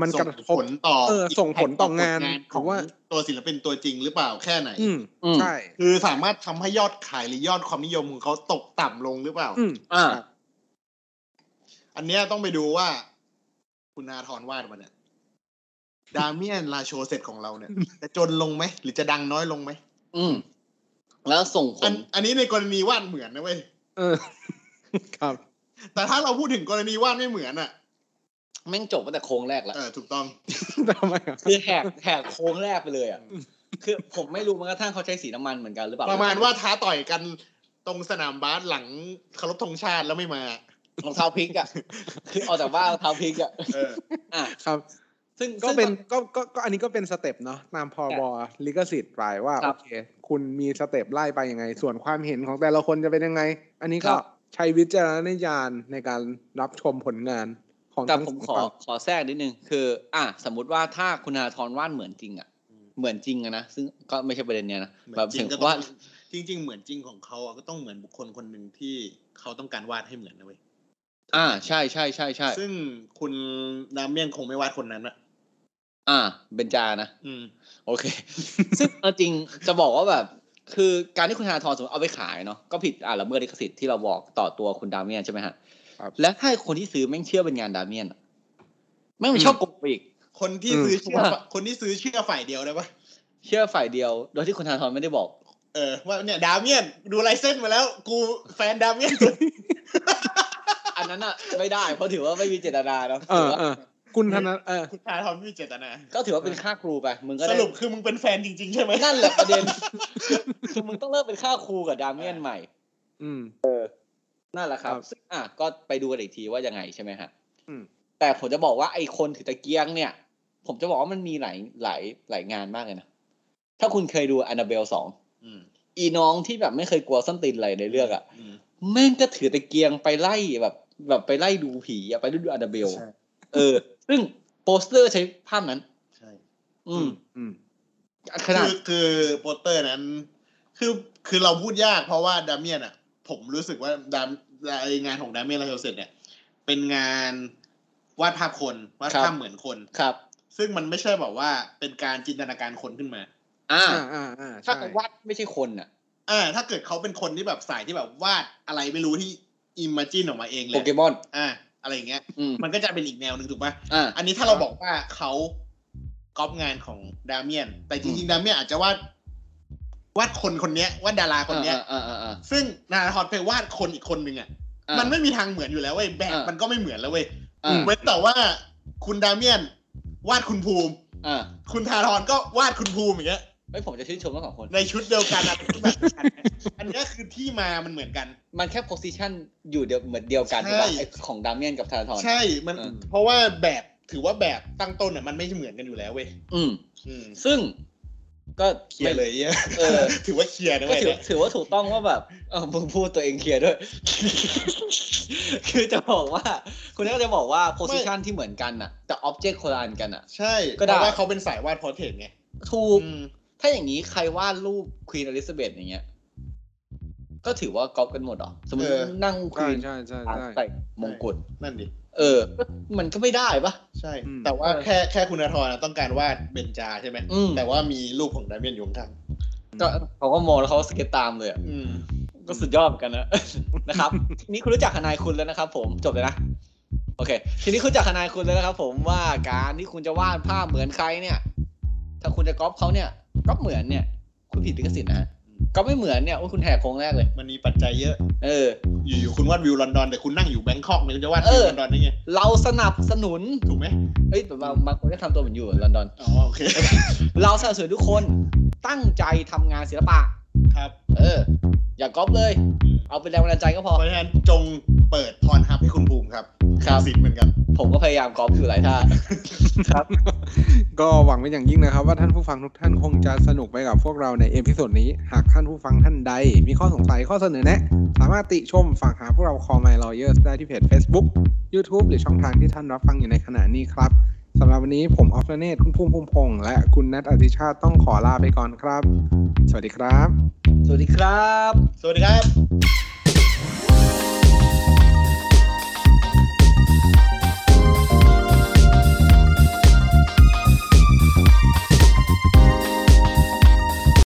Speaker 1: มันกระท
Speaker 3: ส่
Speaker 1: บ
Speaker 3: ผลต่อ
Speaker 1: เออส่งผลต่องาน
Speaker 3: ขอ
Speaker 1: หรื
Speaker 3: ง
Speaker 1: อว่า
Speaker 3: ตัวศิลปินตัวจริงหรือเปล่าแค่ไหน
Speaker 1: อืม
Speaker 2: อืม
Speaker 1: ใช่
Speaker 3: คือสามารถทำให้ยอดขายหรือยอดความนิยมของเขาตกต่ำลงหรือเปล่า
Speaker 1: อืม
Speaker 2: อ่า
Speaker 3: อันเนี้ยต้องไปดูว่า คุณอาทรวาดมาเนี่ยดาเมียนลาโชเสร็จของเราเนี่ย จะจนลงไหม หรือจะดังน้อยลงไหม
Speaker 2: อืม แล้วส่งผ
Speaker 3: อั
Speaker 2: ล
Speaker 3: นอันนี้ในกรณีวาดเหมือนนะเว้ย
Speaker 1: เออ ครับ
Speaker 3: แต่ถ้าเราพูดถึงกรณีวาดไม่เหมือนอ่ะ
Speaker 2: แม่งจบตั้งแต่โค้งแรกแล้ว
Speaker 3: เออถูกต้อง
Speaker 1: ทำไมครับ
Speaker 2: คือแหกแหกโค้งแรกไปเลยอ่ะ คือผมไม่รู้แมันกระทั่งเขาใช้สีน้ำมันเหมือนกันหรือเปล่า
Speaker 3: ประมาณว่าท้าต่อยกันตรงสนามบาสหลังเคารพธงชาติแล้วไม่มา
Speaker 2: รองเท้าพลิกอ่ะ คือออกจากบ้านรองเท้าพลิกอ่ะ
Speaker 3: เออ
Speaker 2: อ่ะ
Speaker 1: ครับ
Speaker 2: ซึ่ง
Speaker 1: ก็
Speaker 2: ซึ่ง
Speaker 1: เป็นก็ก็ก็อันนี้ก็เป็นสเต็ปเนาะตามพอบอลิขสิทธิ์ไปว่า
Speaker 2: ครั
Speaker 1: โอบ เค คุณมีสเต็ปไล่ไปยังไง ส่วนความเห็นของแต่ละคนจะเป็นยังไง อันนี้ก็
Speaker 2: ครับ
Speaker 1: ใช้วิจารณญาณในการรับชมผลงานของ
Speaker 2: แต่
Speaker 1: ทั้ง
Speaker 2: ผ
Speaker 1: สอง
Speaker 2: มขอ
Speaker 1: ฝั่ง
Speaker 2: ขอแทรกนิดนึงคือ อ่ะสมมุติว่าถ้าคุณธนาธรวาดเหมือนจริงอ่ะ เหมือนจริงอะนะซึ่งก็ไม่ใช่ประเด็นเนี้ยนะ
Speaker 3: เหมือ
Speaker 2: แบบ
Speaker 3: นจริ
Speaker 2: ถึ
Speaker 3: ง
Speaker 2: ง
Speaker 3: ก็ต้อง
Speaker 2: ว่า
Speaker 3: จริง ๆ เหมือนจริงของเขาอะก็ต้องเหมือนบุคคลคนหนึ่งที่เขาต้องการวาดให้เหมือนนะเว้ย
Speaker 2: อ่าใช่ใช่ใช่ใช่
Speaker 3: ซึ่งคุณดามเมียนคงไม่วาดคนนั้นอะ
Speaker 2: อ่าเบนจานะ
Speaker 3: อืม
Speaker 2: โอเค ซึ่งเอาจริงจะบอกว่าแบบ คือการที่คุณธนาธรสมมติเอาไปขายเนาะก็ผิดอ่าละเมิดลิขสิทธิ์ที่เราบอกต่อตัวคุณดาเมียนใช่ไหมฮะ
Speaker 1: ครับ
Speaker 2: และถ้าคนที่ซื้อแม่งเชื่อเป็นงานดาเมียนอะแม่งมันชอบโกงไปอีก
Speaker 3: คนที่ซื้อเชื่อ
Speaker 2: ว่า
Speaker 3: ฝ่ายคนที่ซื้อเชื่อฝ่ายเดียวได้ปะ
Speaker 2: เชื่อฝ่ายเดียว โดยที่คุณธนาธรไม่ได้บอก
Speaker 3: เออว่าเนี่ยดามเมียนดูลายเส้นมาแล้ว กูแฟนดามเมียน
Speaker 2: อันนั้นอะไม่ได้เพราะถือว่าไม่มีเจตนาเนาะ
Speaker 1: เอ
Speaker 2: ถื
Speaker 1: อ
Speaker 2: ว่า
Speaker 1: เออคุณธนาเออ
Speaker 3: คุณชาทอมมีเจตนา
Speaker 2: ก็ถือว่าเป็นค่าครูไปมึงก็
Speaker 3: ส
Speaker 2: ได้
Speaker 3: รุปคือมึงเป็นแฟนจริง ๆ ใช่ไหม
Speaker 2: นั่นแหละประเด็ น คือมึงต้องเลิกเป็นค่าครูกับดาเมียนใหม่
Speaker 1: อืม
Speaker 2: นั่นแหละครับ
Speaker 1: ครับ
Speaker 2: ซึ่งอ่ะก็ไปดูกันอีกทีว่ายังไงใช่ไหมฮะ
Speaker 1: อืม
Speaker 2: แต่ผมจะบอกว่าไอ้คนถือตะเกียงเนี่ย ผมจะบอกว่ามันมีหลายหลายหลายงานมากเลยนะ ถ้าคุณเคยดูอ n น a เบลสอง
Speaker 3: อืม
Speaker 2: อีน้องที่แบบไม่เคยกลัวส้นตีนอะไรในเรื่องอะ
Speaker 3: อืม
Speaker 2: แม่งก็ถือตะเกียงไปไล่แบบแบบไปไล่ดูผีอะไปดูอ n น a เบล
Speaker 3: ใช่
Speaker 2: เออ ซึ่งโปสเตอร์ใช้ภาพนั้น
Speaker 3: ใช่
Speaker 2: อืม
Speaker 1: อืม
Speaker 2: ข
Speaker 3: คื
Speaker 2: นาด
Speaker 3: อคือโปสเตอร์นั้น คือคือเราพูดยากเพราะว่าดามเมียนอ่ะ ผมรู้สึกว่าดามไองานของดามเมียนลาโชเซตเนี่ย เป็นงานวาดภาพคนวาด
Speaker 2: ครับ
Speaker 3: ภาพเหมือนคน
Speaker 2: ครับ
Speaker 3: ซึ่งมันไม่ใช่แบบว่าเป็นการจินตนาการคนขึ้นมา
Speaker 2: อ่า
Speaker 1: อ่าอ่าอ่า
Speaker 2: ถ้า
Speaker 1: ใช่
Speaker 2: เขาวัดไม่ใช่คนอ่ะ
Speaker 3: อ่า ถ้าเกิดเขาเป็นคนที่แบบสายที่แบบวาดอะไรไม่รู้ที่อิมเมจินออกมาเองเล
Speaker 2: โป
Speaker 3: ย
Speaker 2: เกมอน
Speaker 3: อ่า อะไรอย่างเงี้ย
Speaker 2: อืม
Speaker 3: มันก็จะเป็นอีกแนวหนึ่งถูกปะ
Speaker 2: อ่า
Speaker 3: อันนี้ถ้าเราบอกว่าเขาก๊อปงานของดาเมียน แต่จริงๆ ดาเมียนอาจจะวาดวาดคนคนเนี้ยวาดดาราคนเนี้ย
Speaker 2: อ่าอ่าอ่า
Speaker 3: ซึ่งนาทอดไปวาดคนอีกคนหนึ่งอ่ะ
Speaker 2: อ่ามั
Speaker 3: มันไม่มีทางเหมือนอยู่แล้วเว้ยแบบ
Speaker 2: อ่ะ
Speaker 3: มันก็ไม่เหมือนแล้วเว้ย
Speaker 2: อ่า
Speaker 3: เว้นแต่ว่าคุณดาเมียน วาดคุณภูมิ
Speaker 2: อ่า
Speaker 3: คุณทารอนก็วาดคุณภูมิอย่างเงี้ย
Speaker 2: ไม่ผมจะชื่นชมทั้งสองคน
Speaker 3: ในชุดเดียวกันอะไรที่แบบอันเนี้ยอันเนี้ยคือที่มามันเหมือนกัน
Speaker 2: มันแค่ position อยู่เดียวเหมือนเดียวกัน
Speaker 3: ใช่
Speaker 2: ถูกปะไอ้ของดามเมียนกับธนาธร
Speaker 3: ใช่ มัน
Speaker 2: เออ
Speaker 3: เพราะว่าแบบถือว่าแบบตั้งต้นอ่ะมันไม่เหมือนกันอยู่แล้วเว้ย
Speaker 2: อืม
Speaker 3: อืม
Speaker 2: ซึ่งก็
Speaker 3: เคลียร์เลยเนี่ย
Speaker 2: เออ
Speaker 3: ถือว่าเค ลียร์นะ
Speaker 2: ก็
Speaker 3: เว้ย
Speaker 2: ถือ
Speaker 3: เนี่ย
Speaker 2: ถือว่าถูกต้องว่าแบบเออมึงพูดตัวเองเคลียร์ด้วย คือจะบอกว่า คุณก็จะบอกว่า position ที่เหมือนกันน่ะ แต่ object คนละอันกันอ่ะ
Speaker 3: ใช่
Speaker 2: ก็
Speaker 3: เพ
Speaker 2: ได้
Speaker 3: ราะว่าเขาเป็นสายวาดพอร์เทรตไง
Speaker 2: ถูก
Speaker 3: อืม
Speaker 2: ถ้าอย่างนี้ใครวาดรูปควีนอลิซาเบธอย่างเงี้ย ก็ถือว่าก๊อปกันหมดเหรอ สมมตินั่งค
Speaker 1: ใช่
Speaker 2: วีน
Speaker 1: ใช่ใช่ใช่
Speaker 2: ใส่มงกุฎ
Speaker 3: นั่นดิ
Speaker 2: เออ มันก็ไม่ได้ปะ
Speaker 3: ใช่
Speaker 1: อืม
Speaker 3: แต่ว่าแค่แค่คุณธรน่ะต้องการวาดเบนจาใช่ไหม
Speaker 2: อืม
Speaker 3: แต่ว่ามีรูปของดาเมียนอยู่ข้าง
Speaker 2: ก็เขาก็มองแล้วเขาก็สเก็ตตามเลยอะ
Speaker 3: ๆอืม
Speaker 2: ก็สุดยอดเหมือนกันนะ นะครับ ทีนี้คุณรู้จักทนายคุณแล้วนะครับ ผมจบเลยนะโอเค ทีนี้คุณรู้จักทนายคุณแล้วนะครับ ผมว่าการที่คุณจะวาดภาพเหมือนใครเนี่ย ถ้าคุณจะก๊อปเขาเนี่ยก๊อปเหมือนเนี่ย คุณผิดลิขสิทธิ์นะฮะก็ไม่เหมือนเนี่ยโอ้ยคุณแหกโค้งแรกเลย
Speaker 3: มันมีปัจจัยเยอะ
Speaker 2: เออ
Speaker 3: อยู่ๆคุณวาดวิวลอนดอน แต่คุณนั่งอยู่แบงคอกมันจะวาด
Speaker 2: เอ
Speaker 3: วิวล
Speaker 2: อ
Speaker 3: อนดอนได้ไง
Speaker 2: เราสนับสนุน
Speaker 3: ถูกไหม
Speaker 2: เอ้ยแต่บางบางคนก็ทำตัวเหมือนอยู่ลอนดอน
Speaker 3: อ๋อโอเค
Speaker 2: เราสนับสนุนทุกคนตั้งใจทำงานศิลปะ
Speaker 3: ครับ
Speaker 2: เออ อย่าก๊อปเลย เอาเป็นแรงบันดาลใจก็พอ
Speaker 3: เพราะฉะนั้นจงเปิดพรฮับให้คุณบูมครับ
Speaker 2: ครับ
Speaker 3: สินเหมือนกัน
Speaker 2: ผมก็พยายามก๊อปอยู่หลายท่า
Speaker 1: ก็หวังเป็นอย่างยิ่งนะครับ ว่าท่านผู้ฟังทุกท่านคงจะสนุกไปกับพวกเราในเอพิโซดนี้ หากท่านผู้ฟังท่านใด มีข้อสงสัยข้อเสนอแนะ สามารถติชมฝากหาพวกเรา Call My Lawyers ได้ที่เพจ Facebook YouTube หรือช่องทางที่ท่านรับฟังอยู่ในขณะนี้ครับสำหรับวันนี้ผมออฟเลเนตคุณภูมิภูมิพงษ์และคุณนัทอธิชาติต้องขอลาไปก่อนครับ สวัสดีครับ
Speaker 2: สวัสดีครับ
Speaker 3: สวัสดีครับ